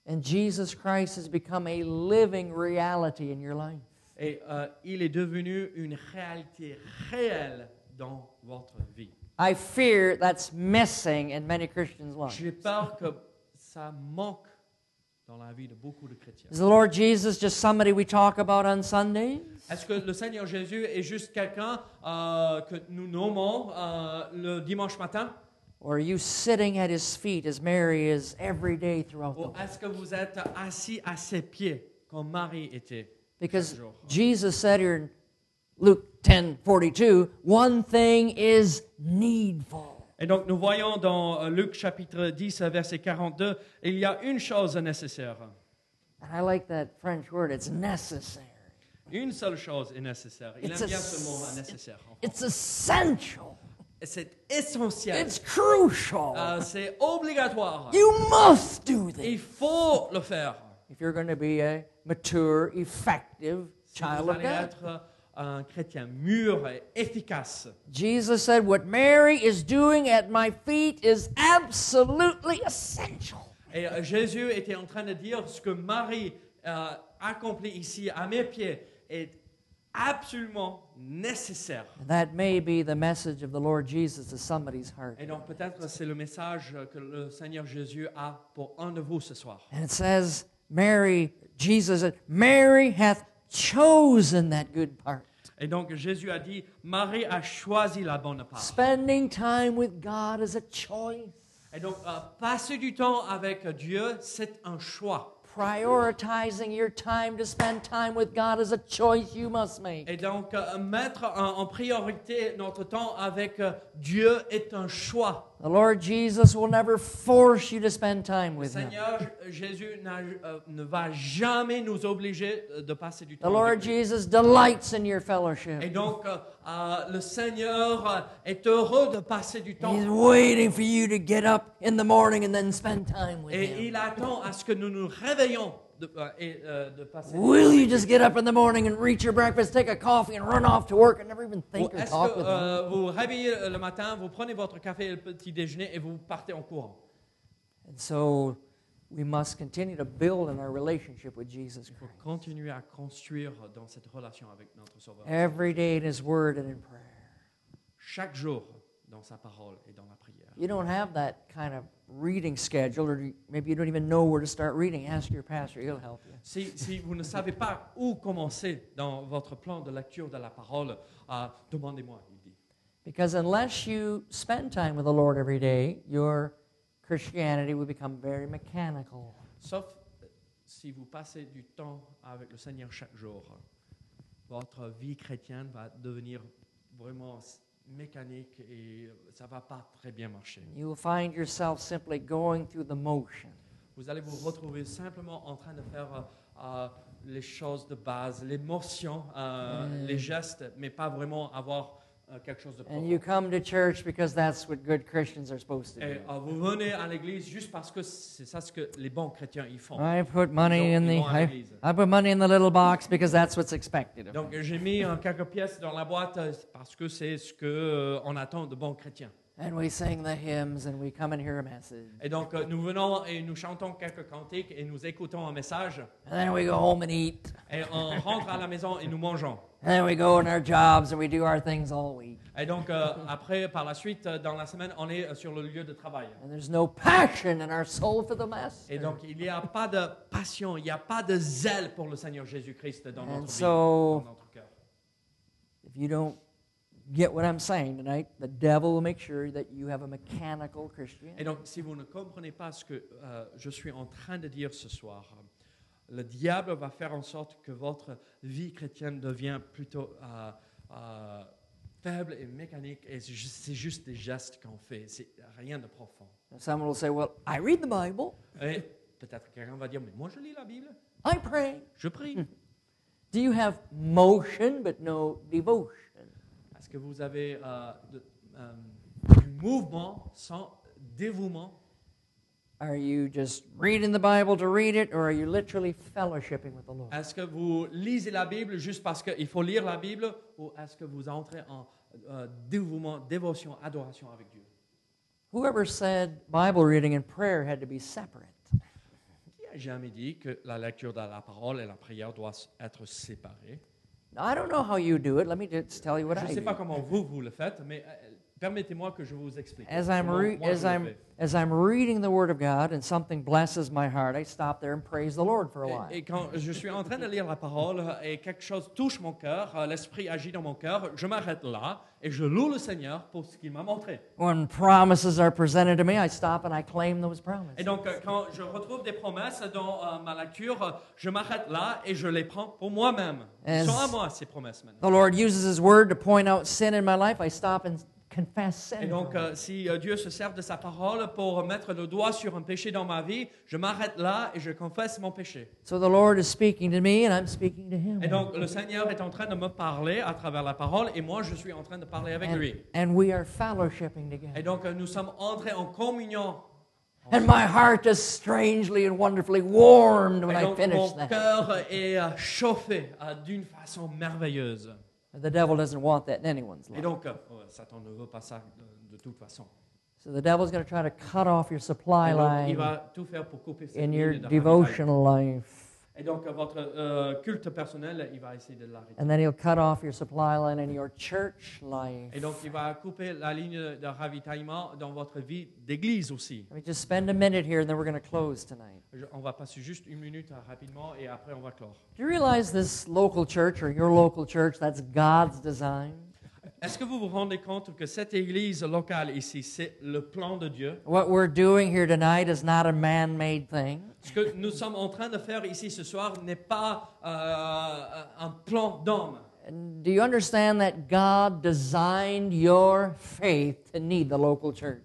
[SPEAKER 2] And Jesus Christ has become a living reality in your life.
[SPEAKER 3] Et euh, il est devenu une réalité réelle dans votre vie.
[SPEAKER 2] I fear that's missing in many Christians' lives.
[SPEAKER 3] J'ai peur que ça manque dans la vie de beaucoup de chrétiens.
[SPEAKER 2] Is the Lord Jesus just somebody we talk about on Sundays?
[SPEAKER 3] Est-ce que le Seigneur Jésus est juste quelqu'un euh, que nous nommons euh, le dimanche matin
[SPEAKER 2] Or are you sitting at his feet as Mary is every day throughout the
[SPEAKER 3] Ou
[SPEAKER 2] week?
[SPEAKER 3] est-ce que vous êtes assis à ses pieds comme Marie était
[SPEAKER 2] Because
[SPEAKER 3] chaque jour?
[SPEAKER 2] Jesus said here in Luke 10 42, one thing is needful.
[SPEAKER 3] Et donc nous voyons dans euh, Luc chapitre 10 verset 42, il y a une chose nécessaire.
[SPEAKER 2] And I like that French word, it's necessary.
[SPEAKER 3] Une seule chose est nécessaire. Il
[SPEAKER 2] It's a
[SPEAKER 3] aime bien ce mot hein,
[SPEAKER 2] s-
[SPEAKER 3] nécessaire. en
[SPEAKER 2] It's essential.
[SPEAKER 3] français. C'est essentiel.
[SPEAKER 2] It's crucial.
[SPEAKER 3] Euh, c'est obligatoire.
[SPEAKER 2] you must do this.
[SPEAKER 3] Il faut le faire.
[SPEAKER 2] If you're going to be a mature, effective
[SPEAKER 3] Si
[SPEAKER 2] child
[SPEAKER 3] vous
[SPEAKER 2] of
[SPEAKER 3] allez
[SPEAKER 2] God.
[SPEAKER 3] être euh, un chrétien mûr et efficace.
[SPEAKER 2] Jesus said, What Mary is doing at my feet is absolutely essential.
[SPEAKER 3] Et euh, Jésus était en train de dire ce que Marie euh, accomplit ici à mes pieds est absolument nécessaire.
[SPEAKER 2] And that may be the message of the Lord Jesus to somebody's heart.
[SPEAKER 3] Et donc peut-être c'est le message que le Seigneur Jésus a pour un de vous ce soir.
[SPEAKER 2] And it says, Mary, Jesus said, Mary hath chosen that good part.
[SPEAKER 3] Et donc Jésus a dit, Marie a choisi la bonne part.
[SPEAKER 2] Spending time with God is a choice.
[SPEAKER 3] Et donc euh, passer du temps avec Dieu, c'est un choix.
[SPEAKER 2] Prioritizing your time to spend time with God is a choice you must make.
[SPEAKER 3] Et donc euh, mettre en, en priorité notre temps avec euh, Dieu est un choix.
[SPEAKER 2] The Lord Jesus will never force you to spend time
[SPEAKER 3] Le
[SPEAKER 2] with Him.
[SPEAKER 3] Seigneur J- Jésus n'a- euh, ne va jamais nous obliger euh, de passer du
[SPEAKER 2] The
[SPEAKER 3] temps.
[SPEAKER 2] Lord
[SPEAKER 3] avec lui.
[SPEAKER 2] Jesus delights in your fellowship.
[SPEAKER 3] Et donc, euh, euh, le Seigneur euh, est heureux de passer du temps.
[SPEAKER 2] He's waiting for you to get up in the morning and then spend time with
[SPEAKER 3] Et
[SPEAKER 2] him.
[SPEAKER 3] il attend à ce que nous nous réveillons de, euh, et, euh, de passer du temps.
[SPEAKER 2] Will you just get up in the morning and reach your breakfast, take a coffee, and run off to work and never even
[SPEAKER 3] Ou
[SPEAKER 2] think or
[SPEAKER 3] Est-ce
[SPEAKER 2] talk
[SPEAKER 3] que
[SPEAKER 2] with him?
[SPEAKER 3] euh, vous vous réveillez euh, le matin, vous prenez votre café et le petit déjeuner et vous partez en courant
[SPEAKER 2] And so we must continue to build in our relationship with Jesus
[SPEAKER 3] Il faut
[SPEAKER 2] Christ.
[SPEAKER 3] continuer à construire dans cette relation avec notre Sauveur.
[SPEAKER 2] Every day in his word and in prayer.
[SPEAKER 3] Chaque jour, dans sa parole et dans la prière.
[SPEAKER 2] You don't have that kind of reading schedule, or you- maybe you don't even know where to start reading. Ask your pastor, he'll help you.
[SPEAKER 3] Si, si vous ne savez pas où commencer dans votre plan de lecture de la parole, euh, demandez-moi, il dit.
[SPEAKER 2] Because unless you spend time with the Lord every day, your Christianity will become very mechanical.
[SPEAKER 3] Sauf euh, si vous passez du temps avec le Seigneur chaque jour, votre vie chrétienne va devenir vraiment s- mécanique et ça va pas très bien marcher.
[SPEAKER 2] You will find yourself simply going through the motion.
[SPEAKER 3] Vous allez vous retrouver simplement en train de faire euh, euh, les choses de base, l'émotion, euh, les gestes, mais pas vraiment avoir euh, quelque chose de profond.
[SPEAKER 2] And you come to church because that's what good Christians are supposed to
[SPEAKER 3] Et
[SPEAKER 2] do.
[SPEAKER 3] euh, vous venez à l'église juste parce que c'est ça ce que les bons chrétiens y font.
[SPEAKER 2] I put money
[SPEAKER 3] Ils ont-
[SPEAKER 2] in the
[SPEAKER 3] ils vont à
[SPEAKER 2] I,
[SPEAKER 3] l'église.
[SPEAKER 2] I put money in the little box because that's what's expected of me.
[SPEAKER 3] Donc j'ai mis euh, quelques pièces dans la boîte euh, parce que c'est ce que euh, on attend de bons chrétiens.
[SPEAKER 2] And we sing the hymns and we come and hear a message.
[SPEAKER 3] Et donc euh, nous venons et nous chantons quelques cantiques et nous écoutons un message
[SPEAKER 2] And then we go home and eat.
[SPEAKER 3] et on rentre à la maison et nous mangeons.
[SPEAKER 2] And then we go in our jobs and we do our things all week.
[SPEAKER 3] Et donc euh, après par la suite euh, dans la semaine on est euh, sur le lieu de travail.
[SPEAKER 2] And there's no passion in our soul for the master.
[SPEAKER 3] Et donc il n'y a pas de passion, il n'y a pas de zèle pour le Seigneur Jésus-Christ dans
[SPEAKER 2] And
[SPEAKER 3] notre vie,
[SPEAKER 2] so-
[SPEAKER 3] dans notre cœur.
[SPEAKER 2] If you don't get what I'm saying tonight, the devil will make sure that you have a mechanical
[SPEAKER 3] Et
[SPEAKER 2] Christianity.
[SPEAKER 3] donc, si vous ne comprenez pas ce que euh, je suis en train de dire ce soir, euh, le diable va faire en sorte que votre vie chrétienne devient plutôt euh, euh, faible et mécanique, et c'est ju- c'est juste des gestes qu'on fait, c'est rien de profond.
[SPEAKER 2] And someone will say, Well, I read the Bible,
[SPEAKER 3] Et peut-être quelqu'un va dire, mais moi je lis la Bible,
[SPEAKER 2] I pray.
[SPEAKER 3] je prie.
[SPEAKER 2] Do you have motion but no devotion?
[SPEAKER 3] Est-ce que vous avez euh, de- euh, du mouvement sans dévouement
[SPEAKER 2] Are you just reading the Bible to read it, or are you literally fellowshipping with the Lord?
[SPEAKER 3] Est-ce que vous lisez la Bible juste parce qu'il faut lire la Bible ou est-ce que vous entrez en euh, dévouement, dévotion, adoration avec Dieu
[SPEAKER 2] Whoever said Bible reading and prayer had to be separate?
[SPEAKER 3] Qui a jamais dit que la lecture de la parole et la prière doivent être séparées
[SPEAKER 2] Now, I don't know how you do it. Let me just tell you what
[SPEAKER 3] Je ne
[SPEAKER 2] I
[SPEAKER 3] sais pas
[SPEAKER 2] do.
[SPEAKER 3] comment vous, vous le faites, mais euh, permettez-moi que je vous explique.
[SPEAKER 2] As I'm,
[SPEAKER 3] comment
[SPEAKER 2] re-
[SPEAKER 3] moi, je
[SPEAKER 2] as,
[SPEAKER 3] le
[SPEAKER 2] I'm,
[SPEAKER 3] fais.
[SPEAKER 2] as I'm reading the Word of God and something blesses my heart, I stop there and praise the Lord for a while.
[SPEAKER 3] Et, et quand je suis en train de lire la parole euh, et quelque chose touche mon cœur, euh, l'esprit agit dans mon cœur, je m'arrête là et je loue le Seigneur pour ce qu'il m'a montré.
[SPEAKER 2] When promises are presented to me, I stop and I claim those
[SPEAKER 3] Et
[SPEAKER 2] promises.
[SPEAKER 3] donc, euh, quand je retrouve des promesses dans euh, ma lecture, euh, je m'arrête là et je les prends pour moi-même. Elles
[SPEAKER 2] As-
[SPEAKER 3] sont à moi, ces promesses maintenant.
[SPEAKER 2] The Lord uses His Word to point out sin in my life. I stop and confess
[SPEAKER 3] Et
[SPEAKER 2] sin.
[SPEAKER 3] donc,
[SPEAKER 2] from
[SPEAKER 3] euh, si euh, Dieu se sert de sa parole pour mettre le doigt sur un péché dans ma vie, je m'arrête là et je confesse mon péché.
[SPEAKER 2] it. So the Lord is speaking to me, and I'm speaking to Him.
[SPEAKER 3] Et donc, le Seigneur est en train de me parler à travers la parole et moi, je suis en train de parler avec
[SPEAKER 2] and,
[SPEAKER 3] lui.
[SPEAKER 2] and we are fellowshipping
[SPEAKER 3] Et
[SPEAKER 2] together.
[SPEAKER 3] donc, euh, nous sommes entrés en communion.
[SPEAKER 2] And my heart is strangely and wonderfully warmed when
[SPEAKER 3] Et
[SPEAKER 2] I
[SPEAKER 3] donc,
[SPEAKER 2] finish
[SPEAKER 3] mon
[SPEAKER 2] that.
[SPEAKER 3] cœur est euh, chauffé euh, d'une façon merveilleuse.
[SPEAKER 2] The devil doesn't want that in anyone's
[SPEAKER 3] Et
[SPEAKER 2] life.
[SPEAKER 3] donc, euh, ouais, Satan ne veut pas ça euh, de, de toute façon.
[SPEAKER 2] So the devil's going to try to cut off your
[SPEAKER 3] Et
[SPEAKER 2] supply
[SPEAKER 3] donc, il
[SPEAKER 2] line
[SPEAKER 3] va tout faire pour couper cette
[SPEAKER 2] in your
[SPEAKER 3] ligne d'apprentissage.
[SPEAKER 2] devotional life.
[SPEAKER 3] Et donc, euh, votre euh, culte personnel, il va essayer de l'arrêter.
[SPEAKER 2] And then he'll cut off your supply line in your church life.
[SPEAKER 3] Et donc, il va couper la ligne de ravitaillement dans votre vie d'église aussi.
[SPEAKER 2] Let me just spend a minute here and then we're going to close tonight.
[SPEAKER 3] Je- on va passer juste une minute euh, rapidement et après, on va clore.
[SPEAKER 2] Do you realize this local church or your local church, that's God's design?
[SPEAKER 3] Est-ce que vous vous rendez compte que cette église locale ici, c'est le plan de Dieu?
[SPEAKER 2] What we're doing here tonight is not a man made thing.
[SPEAKER 3] Ce que nous sommes en train de faire ici ce soir n'est pas euh, un plan d'homme.
[SPEAKER 2] And do you understand that God designed your faith to need the local church?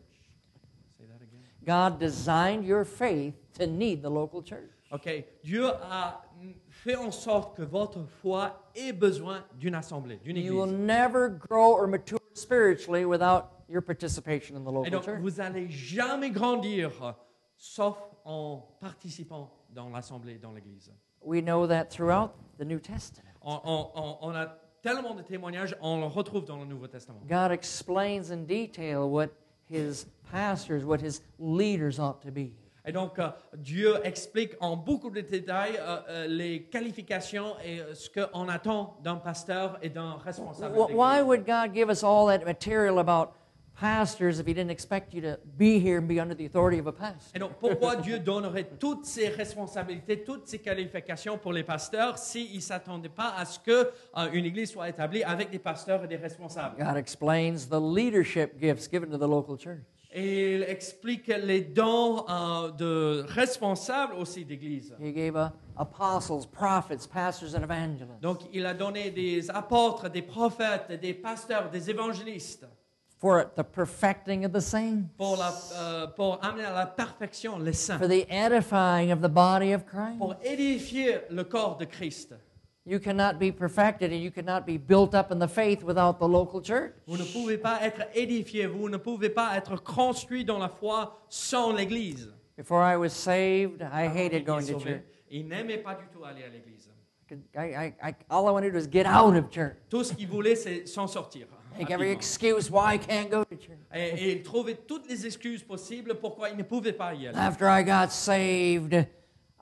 [SPEAKER 3] Say that again.
[SPEAKER 2] God designed your faith to need the local church.
[SPEAKER 3] Ok, Dieu a fait en sorte que votre foi ait besoin d'une assemblée, d'une
[SPEAKER 2] You will
[SPEAKER 3] église.
[SPEAKER 2] never grow or mature spiritually without your participation in the
[SPEAKER 3] Et
[SPEAKER 2] local
[SPEAKER 3] donc,
[SPEAKER 2] church.
[SPEAKER 3] vous n'allez jamais grandir, euh, sauf en participant dans l'assemblée, dans l'église.
[SPEAKER 2] We know that throughout the New Testament.
[SPEAKER 3] On, on- on- on a tellement de témoignages, on le retrouve dans le Nouveau Testament.
[SPEAKER 2] God explains in detail what his pastors, what his leaders ought to be.
[SPEAKER 3] Et donc, euh, Dieu explique en beaucoup de détails euh, euh, les qualifications et euh, ce qu'on attend d'un pasteur et d'un responsable.
[SPEAKER 2] Wh- Why
[SPEAKER 3] d'église.
[SPEAKER 2] would God give us all that material about pastors if he didn't expect you to be here and be under the authority of a pastor?
[SPEAKER 3] Et donc, pourquoi Dieu donnerait toutes ces responsabilités, toutes ces qualifications pour les pasteurs s'il ne s'attendait pas à ce qu'une église soit établie avec des pasteurs et des responsables
[SPEAKER 2] God explains the leadership gifts given to the local church.
[SPEAKER 3] Et il explique les dons euh, de responsables aussi d'église.
[SPEAKER 2] He gave uh, apostles, prophets, pastors, and evangelists.
[SPEAKER 3] Donc, il a donné des apôtres, des prophètes, des pasteurs, des évangélistes
[SPEAKER 2] For it, the perfecting of the saints,
[SPEAKER 3] pour, la- euh, pour amener à la perfection les saints,
[SPEAKER 2] for the edifying of the body of Christ.
[SPEAKER 3] pour édifier le corps de Christ.
[SPEAKER 2] You cannot be perfected and you cannot be built up in the faith without the local church.
[SPEAKER 3] Vous ne pouvez pas être édifié, vous ne pouvez pas être construit dans la foi sans l'Église.
[SPEAKER 2] Before I was saved, I hated going to
[SPEAKER 3] Sauvé.
[SPEAKER 2] church.
[SPEAKER 3] Il n'aimait pas du tout aller à l'Église.
[SPEAKER 2] I, I, I, all I wanted was get out of church.
[SPEAKER 3] Tout ce qu'il voulait, c'est s'en sortir.
[SPEAKER 2] Make every
[SPEAKER 3] rapidement.
[SPEAKER 2] excuse why I can't go to church.
[SPEAKER 3] Et, et il trouvait toutes les excuses possibles pourquoi il ne pouvait pas y aller.
[SPEAKER 2] After I got saved,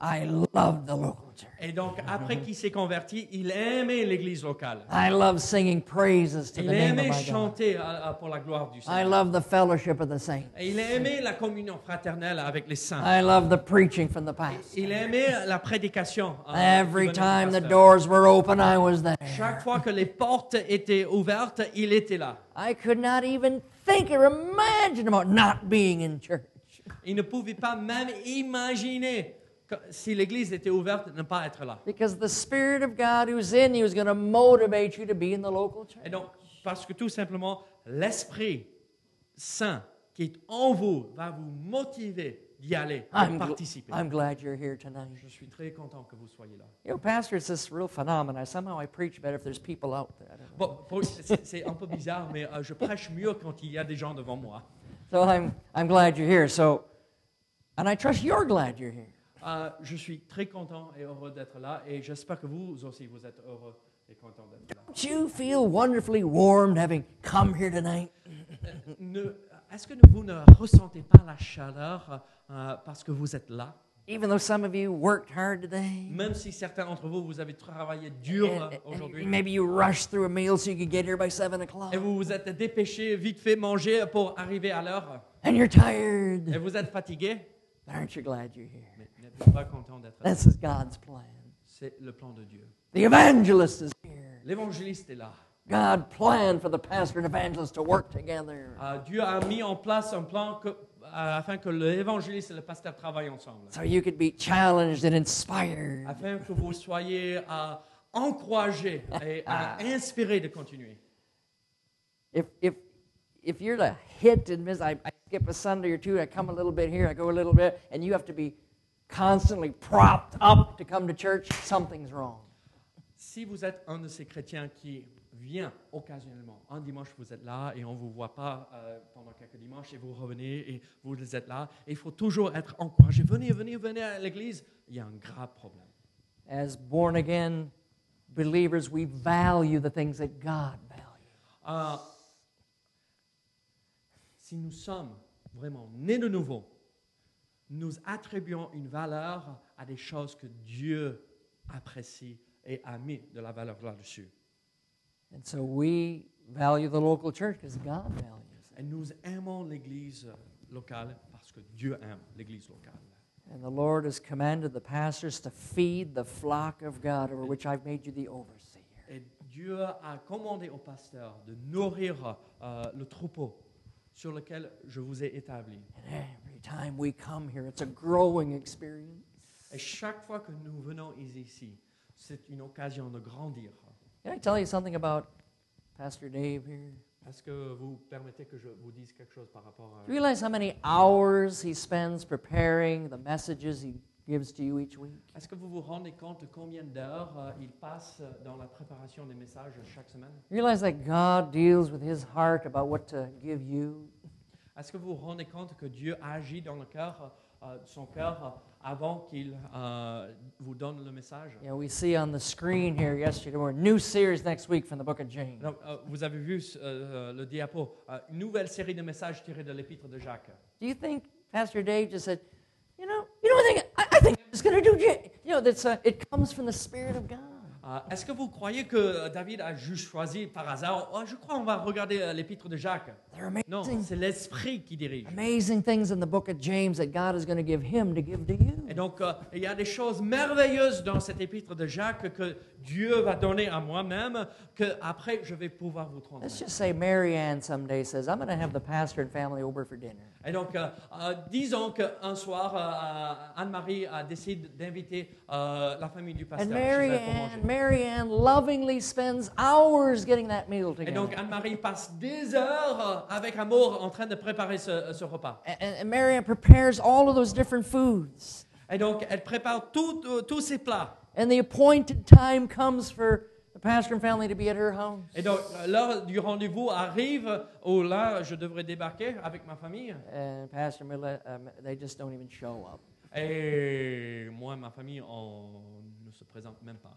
[SPEAKER 2] I loved the local church.
[SPEAKER 3] Et donc, après qu'il s'est converti, il aimait l'Église locale.
[SPEAKER 2] I love singing praises to
[SPEAKER 3] Il
[SPEAKER 2] the name of
[SPEAKER 3] aimait
[SPEAKER 2] my God.
[SPEAKER 3] chanter euh, euh, pour la gloire du
[SPEAKER 2] I
[SPEAKER 3] Seigneur.
[SPEAKER 2] love the fellowship of the saints.
[SPEAKER 3] Et il aimait la communion fraternelle avec les saints.
[SPEAKER 2] I love the preaching from the past.
[SPEAKER 3] Il aimait la prédication. euh,
[SPEAKER 2] Every
[SPEAKER 3] qui venait du
[SPEAKER 2] time the
[SPEAKER 3] pasteur.
[SPEAKER 2] doors were open, I was there.
[SPEAKER 3] Chaque fois que les portes étaient ouvertes, il était là.
[SPEAKER 2] I could not even think or imagine about not being in church.
[SPEAKER 3] Il ne pouvait pas même imaginer que, si l'église était ouverte, ne pas être là.
[SPEAKER 2] Because the Spirit of God who's in you is going to motivate you to be in the local church.
[SPEAKER 3] Et donc, parce que tout simplement, l'Esprit Saint qui est en vous va vous motiver d'y aller, de
[SPEAKER 2] I'm, gl-
[SPEAKER 3] participer.
[SPEAKER 2] I'm glad you're here tonight.
[SPEAKER 3] Je suis très content que vous soyez là.
[SPEAKER 2] You know, Pastor, it's this real phenomenon. Somehow I preach better if there's people out there. I don't know.
[SPEAKER 3] Bon, pour- c'est c'est un peu bizarre, mais euh, je prêche mieux quand il y a des gens devant moi.
[SPEAKER 2] So I'm, I'm glad you're here. So, and I trust you're glad you're here.
[SPEAKER 3] Euh, je suis très content et heureux d'être là, et j'espère que vous aussi, vous êtes heureux et content d'être là.
[SPEAKER 2] Don't you feel wonderfully warmed having come here tonight?
[SPEAKER 3] Ne- Est-ce que vous ne ressentez pas la chaleur euh, parce que vous êtes là
[SPEAKER 2] Even though some of you worked hard today.
[SPEAKER 3] Même si certains d'entre vous, vous avez travaillé
[SPEAKER 2] and-
[SPEAKER 3] dur euh,
[SPEAKER 2] and- and
[SPEAKER 3] aujourd'hui.
[SPEAKER 2] maybe you rushed through a meal so you could get here by 7 o'clock.
[SPEAKER 3] Et vous vous êtes dépêché, vite fait manger pour arriver à l'heure.
[SPEAKER 2] And you're tired.
[SPEAKER 3] Et vous êtes fatigué.
[SPEAKER 2] Aren't you glad you're here?
[SPEAKER 3] Mais n'êtes-vous pas content d'être là
[SPEAKER 2] This is God's plan.
[SPEAKER 3] C'est le plan de Dieu.
[SPEAKER 2] The evangelist is here.
[SPEAKER 3] L'évangéliste est là.
[SPEAKER 2] God planned for the pastor and evangelist to work together.
[SPEAKER 3] Euh, Dieu a mis en place un plan que- euh, afin que l'évangéliste et le pasteur travaillent ensemble.
[SPEAKER 2] So you could be challenged and inspired.
[SPEAKER 3] Afin que vous soyez euh, encouragés et euh, inspirés de continuer.
[SPEAKER 2] If, if, if you're to hit and miss, I, I skip a Sunday or two, I come a little bit here, I go a little bit, and you have to be constantly propped up to come to church, something's wrong.
[SPEAKER 3] Si vous êtes un de ces chrétiens qui vient occasionnellement, un dimanche vous êtes là et on ne vous voit pas euh, pendant quelques dimanches et vous revenez et vous êtes là, et il faut toujours être encouragé. Venez, venez, venez à l'église. Il y a un grave problème.
[SPEAKER 2] As born again believers, we value the things that God values.
[SPEAKER 3] Euh, si nous sommes vraiment nés de nouveau, nous attribuons une valeur à des choses que Dieu apprécie et a mis de la valeur là-dessus.
[SPEAKER 2] And so we value the local church because God values
[SPEAKER 3] Et nous aimons l'Église locale parce que Dieu aime l'Église locale.
[SPEAKER 2] it. And the Lord has commanded the pastors to feed the flock of God over which I've made you the overseer.
[SPEAKER 3] Et Dieu a commandé au pasteur de nourrir euh, le troupeau sur lequel je vous ai établi.
[SPEAKER 2] And every time we come here, it's a growing experience.
[SPEAKER 3] Et chaque fois que nous venons ici, c'est une occasion de grandir.
[SPEAKER 2] Can I tell you something about Pastor Dave here?
[SPEAKER 3] Est-ce que vous permettez que je vous dise quelque chose par rapport à...
[SPEAKER 2] Do you realize how many hours he spends preparing the messages he gives to you each week?
[SPEAKER 3] Est-ce que vous vous rendez compte combien d'heures euh, il passe dans la préparation des messages chaque semaine
[SPEAKER 2] You realize that God deals with his heart about what to give you?
[SPEAKER 3] Est-ce que vous vous rendez compte que Dieu agit dans le cœur, euh, son cœur, euh, avant qu'il euh, vous donne le message
[SPEAKER 2] You know, we see on the screen here yesterday, we're a new series next week from the book of James.
[SPEAKER 3] Alors, euh, Vous avez vu euh, le diapo, euh, une nouvelle série de messages tirés de l'épître de Jacques.
[SPEAKER 2] Do you think Pastor Dave just said, you know, you know, I think, I, I think I'm just going to do, Ja- you know, that's, uh, it comes from the Spirit of God.
[SPEAKER 3] Euh, Est-ce que vous croyez que euh, David a juste choisi par hasard Oh, Je crois on va regarder euh, l'épître de Jacques.
[SPEAKER 2] There are
[SPEAKER 3] Non,
[SPEAKER 2] amazing,
[SPEAKER 3] c'est l'esprit qui dirige.
[SPEAKER 2] amazing things in the book of James that God is going to give him to give to you.
[SPEAKER 3] Et donc, euh, il y a des choses merveilleuses dans cette épître de Jacques que Dieu va donner à moi-même, que après je vais pouvoir vous transmettre.
[SPEAKER 2] Let's just say Mary Ann someday says, I'm going to have the pastor and family over for dinner.
[SPEAKER 3] Et donc, euh, euh, disons qu'un soir, euh, Anne-Marie euh, décide d'inviter euh, la famille du pasteur
[SPEAKER 2] And
[SPEAKER 3] chez
[SPEAKER 2] Mary
[SPEAKER 3] elle pour manger.
[SPEAKER 2] Ann, Mary Ann lovingly spends hours getting that meal
[SPEAKER 3] Et
[SPEAKER 2] together.
[SPEAKER 3] donc, Anne-Marie passe des heures euh, avec amour en train de préparer ce, ce repas.
[SPEAKER 2] And, and Mary Ann prepares all of those different foods.
[SPEAKER 3] Et donc, elle prépare tout, euh, tous ces plats.
[SPEAKER 2] And the appointed time comes for the pastor and family to be at her home.
[SPEAKER 3] Et donc, euh, l'heure du rendez-vous arrive où là, je devrais débarquer avec ma famille.
[SPEAKER 2] And Pastor Miller, um, they just don't even show up.
[SPEAKER 3] Et moi, ma famille, on ne se présente même pas.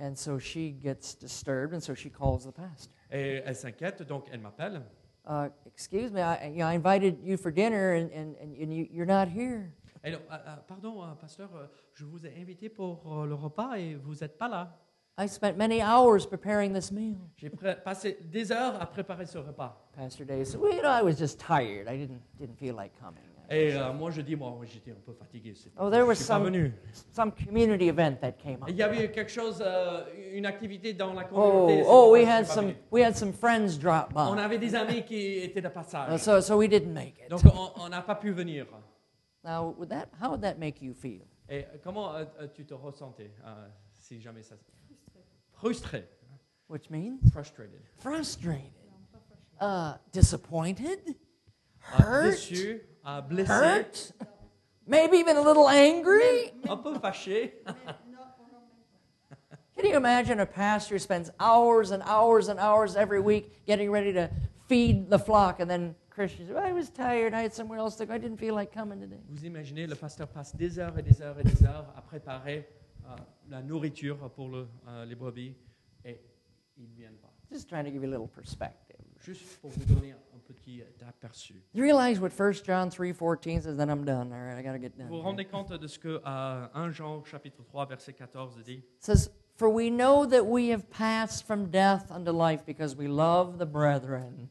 [SPEAKER 2] And so she gets disturbed, and so she calls the pastor.
[SPEAKER 3] Et elle s'inquiète, donc elle m'appelle.
[SPEAKER 2] Uh, excuse me, I, you know, I invited you for dinner, and, and, and, and you, you're not here.
[SPEAKER 3] Et donc, Ah, ah, pardon, euh, pasteur, euh, je vous ai invité pour euh, le repas et vous n'êtes pas là.
[SPEAKER 2] I spent many hours preparing this meal.
[SPEAKER 3] J'ai pré- passé des heures à préparer ce repas.
[SPEAKER 2] Pastor Day said, well, you know, I was just tired. I didn't, didn't feel like coming.
[SPEAKER 3] Et euh, moi, je dis, moi, oui, j'étais un peu fatigué. c'est pour
[SPEAKER 2] Oh,
[SPEAKER 3] ça
[SPEAKER 2] there
[SPEAKER 3] que
[SPEAKER 2] was
[SPEAKER 3] je suis pas
[SPEAKER 2] some-
[SPEAKER 3] venu.
[SPEAKER 2] Some community event that came up.
[SPEAKER 3] Il y avait quelque chose, euh, une activité dans la
[SPEAKER 2] Oh,
[SPEAKER 3] communauté. c'est pour
[SPEAKER 2] oh,
[SPEAKER 3] ça
[SPEAKER 2] we
[SPEAKER 3] que je
[SPEAKER 2] had
[SPEAKER 3] suis pas
[SPEAKER 2] some,
[SPEAKER 3] venu.
[SPEAKER 2] we had some friends drop
[SPEAKER 3] On
[SPEAKER 2] by.
[SPEAKER 3] avait des amis qui étaient de
[SPEAKER 2] Uh,
[SPEAKER 3] passage.
[SPEAKER 2] So, so we didn't make it.
[SPEAKER 3] Donc, on- on n'a pas pu venir.
[SPEAKER 2] Now, would that, how would that make you feel?
[SPEAKER 3] Et comment euh, euh, tu te ressentais, euh, si jamais ça... Frustré.
[SPEAKER 2] Which means
[SPEAKER 3] Frustrated.
[SPEAKER 2] frustrated, uh, disappointed,
[SPEAKER 3] Euh,
[SPEAKER 2] Hurt.
[SPEAKER 3] déçu, euh, blessé,
[SPEAKER 2] hurt, maybe even a little angry.
[SPEAKER 3] un peu fâché.
[SPEAKER 2] Can you imagine a pastor spends hours and hours and hours every week getting ready to feed the flock, and then Christians, well, I was tired, I had somewhere else to go, I didn't feel like coming today.
[SPEAKER 3] Vous imaginez, le pasteur passe des heures et des heures et des heures à préparer euh, la nourriture pour le- euh, les brebis et ils ne viennent pas.
[SPEAKER 2] Just trying to give you a little perspective.
[SPEAKER 3] Juste pour vous donner un petit aperçu.
[SPEAKER 2] You realize what 1 John 3:14 says, then I'm done. All right, I got to get done.
[SPEAKER 3] Vous vous
[SPEAKER 2] here.
[SPEAKER 3] rendez compte de ce que euh, 1 Jean chapitre 3 verset 14 dit
[SPEAKER 2] It says, "For we know that we have passed from death unto life because we love the brethren."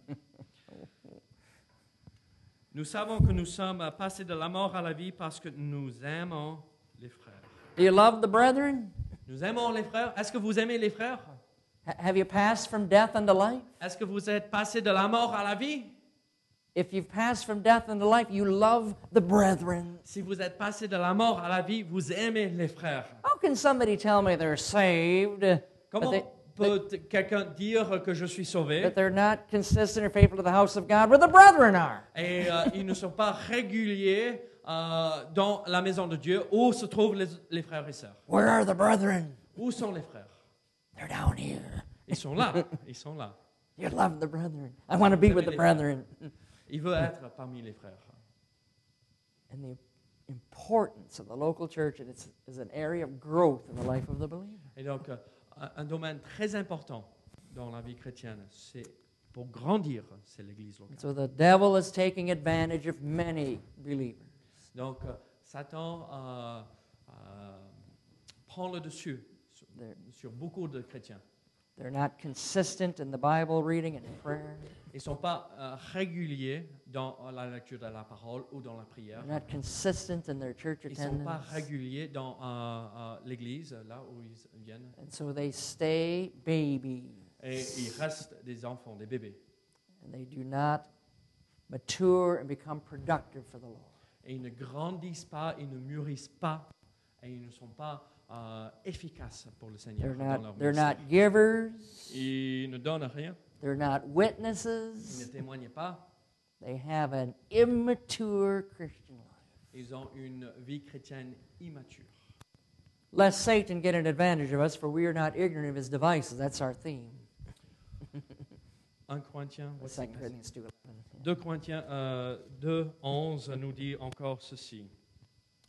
[SPEAKER 3] Nous savons que nous sommes passés de la mort à la vie parce que nous aimons les frères.
[SPEAKER 2] Do you love the brethren?
[SPEAKER 3] Nous aimons les frères. Est-ce que vous aimez les frères
[SPEAKER 2] Ha- Have you passed from death unto life?
[SPEAKER 3] Est-ce que vous êtes passés de la mort à la vie
[SPEAKER 2] If you've passed from death unto life, you love the brethren.
[SPEAKER 3] Si vous êtes passés de la mort à la vie, vous aimez les frères.
[SPEAKER 2] How can somebody tell me they're saved, uh, but
[SPEAKER 3] Comment
[SPEAKER 2] they,
[SPEAKER 3] peut quelqu'un dire que je suis sauvé
[SPEAKER 2] that they're not consistent or faithful to the house of God where the brethren are.
[SPEAKER 3] et euh, ils ne sont pas réguliers euh, dans la maison de Dieu où se trouvent les, les frères et sœurs.
[SPEAKER 2] Where are the brethren?
[SPEAKER 3] Où sont les frères
[SPEAKER 2] They're down here.
[SPEAKER 3] Ils sont là, ils sont là.
[SPEAKER 2] You love the brethren. I want to be with the brethren.
[SPEAKER 3] Il veut être parmi les frères.
[SPEAKER 2] And the importance of the local church and it's, is an area of growth in the life of the believer.
[SPEAKER 3] Et donc, euh, un un domaine très important dans la vie chrétienne, c'est pour grandir, c'est l'Église locale.
[SPEAKER 2] So the devil is taking advantage of many believers.
[SPEAKER 3] Donc, euh, Satan euh, euh, prend le dessus sur,
[SPEAKER 2] There-
[SPEAKER 3] sur beaucoup de chrétiens.
[SPEAKER 2] They're not consistent in the Bible reading and prayer.
[SPEAKER 3] Ils ne sont pas euh, réguliers dans euh, la lecture de la parole ou dans la prière.
[SPEAKER 2] They're not consistent in their church
[SPEAKER 3] Ils ne sont pas
[SPEAKER 2] attendance.
[SPEAKER 3] réguliers dans euh, euh, l'église, là où ils viennent.
[SPEAKER 2] And so they stay babies.
[SPEAKER 3] Et ils restent des enfants, des bébés.
[SPEAKER 2] And they do not mature and become productive for the Lord.
[SPEAKER 3] Et ils ne grandissent pas, ils ne mûrissent pas. Et ils ne sont pas euh, efficaces pour le Seigneur
[SPEAKER 2] They're
[SPEAKER 3] dans leur
[SPEAKER 2] not, they're
[SPEAKER 3] ministère.
[SPEAKER 2] not givers.
[SPEAKER 3] Ils ne donnent rien,
[SPEAKER 2] They're not
[SPEAKER 3] ils ne
[SPEAKER 2] witnesses.
[SPEAKER 3] témoignent pas.
[SPEAKER 2] They have an immature Christian life.
[SPEAKER 3] Ils ont une vie chrétienne immature.
[SPEAKER 2] Lest Satan get an advantage of us, for we are not ignorant of his devices. That's our theme.
[SPEAKER 3] 1 Corinthiens, what's the
[SPEAKER 2] Second Corinthians
[SPEAKER 3] message?
[SPEAKER 2] 2:11.
[SPEAKER 3] 2 Corinthiens euh, 2, 11 nous dit encore ceci.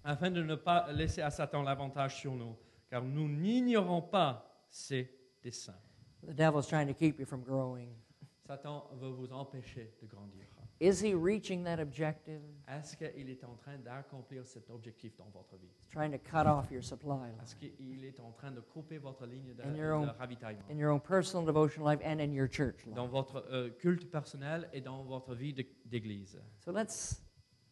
[SPEAKER 3] Afin de ne pas laisser à Satan l'avantage sur nous, car nous n'ignorons pas ses desseins.
[SPEAKER 2] The devil's trying to keep you from growing.
[SPEAKER 3] Satan veut vous empêcher de grandir.
[SPEAKER 2] Is he reaching that objective?
[SPEAKER 3] Est-ce qu'il est en train d'accomplir cet objectif dans votre vie?
[SPEAKER 2] Trying to cut off your supply line
[SPEAKER 3] Est-ce qu'il est en train de couper votre ligne de,
[SPEAKER 2] In your own-
[SPEAKER 3] de ravitaillement
[SPEAKER 2] in your own personal devotional life and in your church life.
[SPEAKER 3] dans votre euh, culte personnel et dans votre vie de- d'église?
[SPEAKER 2] So let's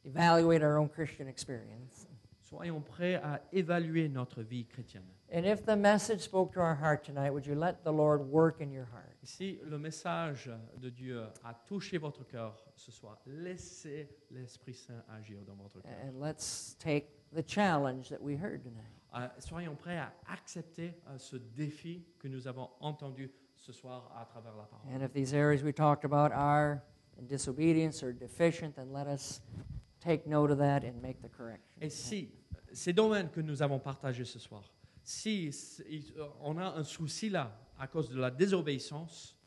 [SPEAKER 2] evaluate our own Christian experience.
[SPEAKER 3] Soyons prêts à évaluer notre vie chrétienne.
[SPEAKER 2] And if the message spoke to our heart tonight, would you let the Lord work in your heart?
[SPEAKER 3] Si le message de Dieu a touché votre cœur ce soir, laissez l'Esprit Saint agir dans votre cœur.
[SPEAKER 2] And let's take the challenge that we heard tonight.
[SPEAKER 3] Euh, soyons prêts à accepter euh, ce défi que nous avons entendu ce soir à travers la parole.
[SPEAKER 2] And if these areas we talked about are in disobedience or deficient, then let us take note of that and make the correction.
[SPEAKER 3] Et si euh, ces domaines que nous avons partagés ce soir, si c- il- euh, on a un souci là à cause de la désobéissance,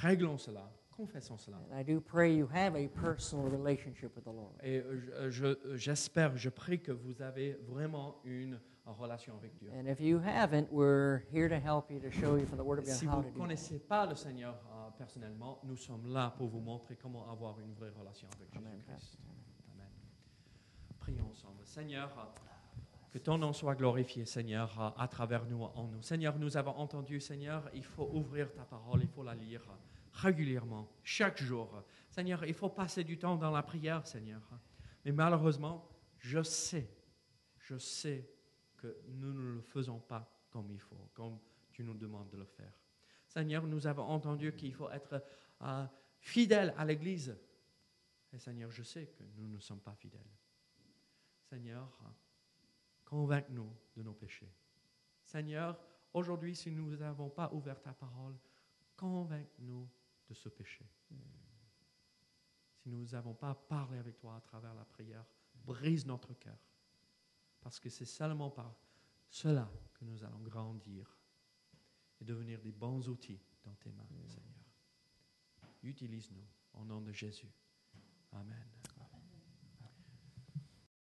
[SPEAKER 3] réglons cela, confessons cela.
[SPEAKER 2] And I do pray you have a personal relationship with the Lord.
[SPEAKER 3] Et euh, je- euh, je- j'espère, je prie que vous avez vraiment une relation avec Dieu.
[SPEAKER 2] And if you haven't, we're here to help you, to show you from the Word of God
[SPEAKER 3] Si
[SPEAKER 2] how
[SPEAKER 3] vous
[SPEAKER 2] to
[SPEAKER 3] ne
[SPEAKER 2] do that.
[SPEAKER 3] connaissez pas le Seigneur euh, personnellement, nous sommes là pour vous montrer comment avoir une vraie relation avec
[SPEAKER 2] Amen.
[SPEAKER 3] Jésus-Christ. Amen. Prions ensemble. Seigneur, euh, que ton nom soit glorifié, Seigneur, euh, à travers nous, en nous. Seigneur, nous avons entendu, Seigneur, il faut ouvrir ta parole, il faut la lire euh, régulièrement, chaque jour. Seigneur, il faut passer du temps dans la prière, Seigneur. Mais malheureusement, je sais, je sais que nous ne le faisons pas comme il faut, comme tu nous demandes de le faire. Seigneur, nous avons entendu qu'il faut être euh, fidèle à l'Église. Et Seigneur, je sais que nous ne sommes pas fidèles. Seigneur, convainc-nous de nos péchés. Seigneur, aujourd'hui, si nous n'avons pas ouvert ta parole, convainc-nous de ce péché. Si nous n'avons pas parlé avec toi à travers la prière, brise notre cœur. Parce que c'est seulement par cela que nous allons grandir et devenir des bons outils dans tes mains, Seigneur. Utilise-nous au nom de Jésus. Amen.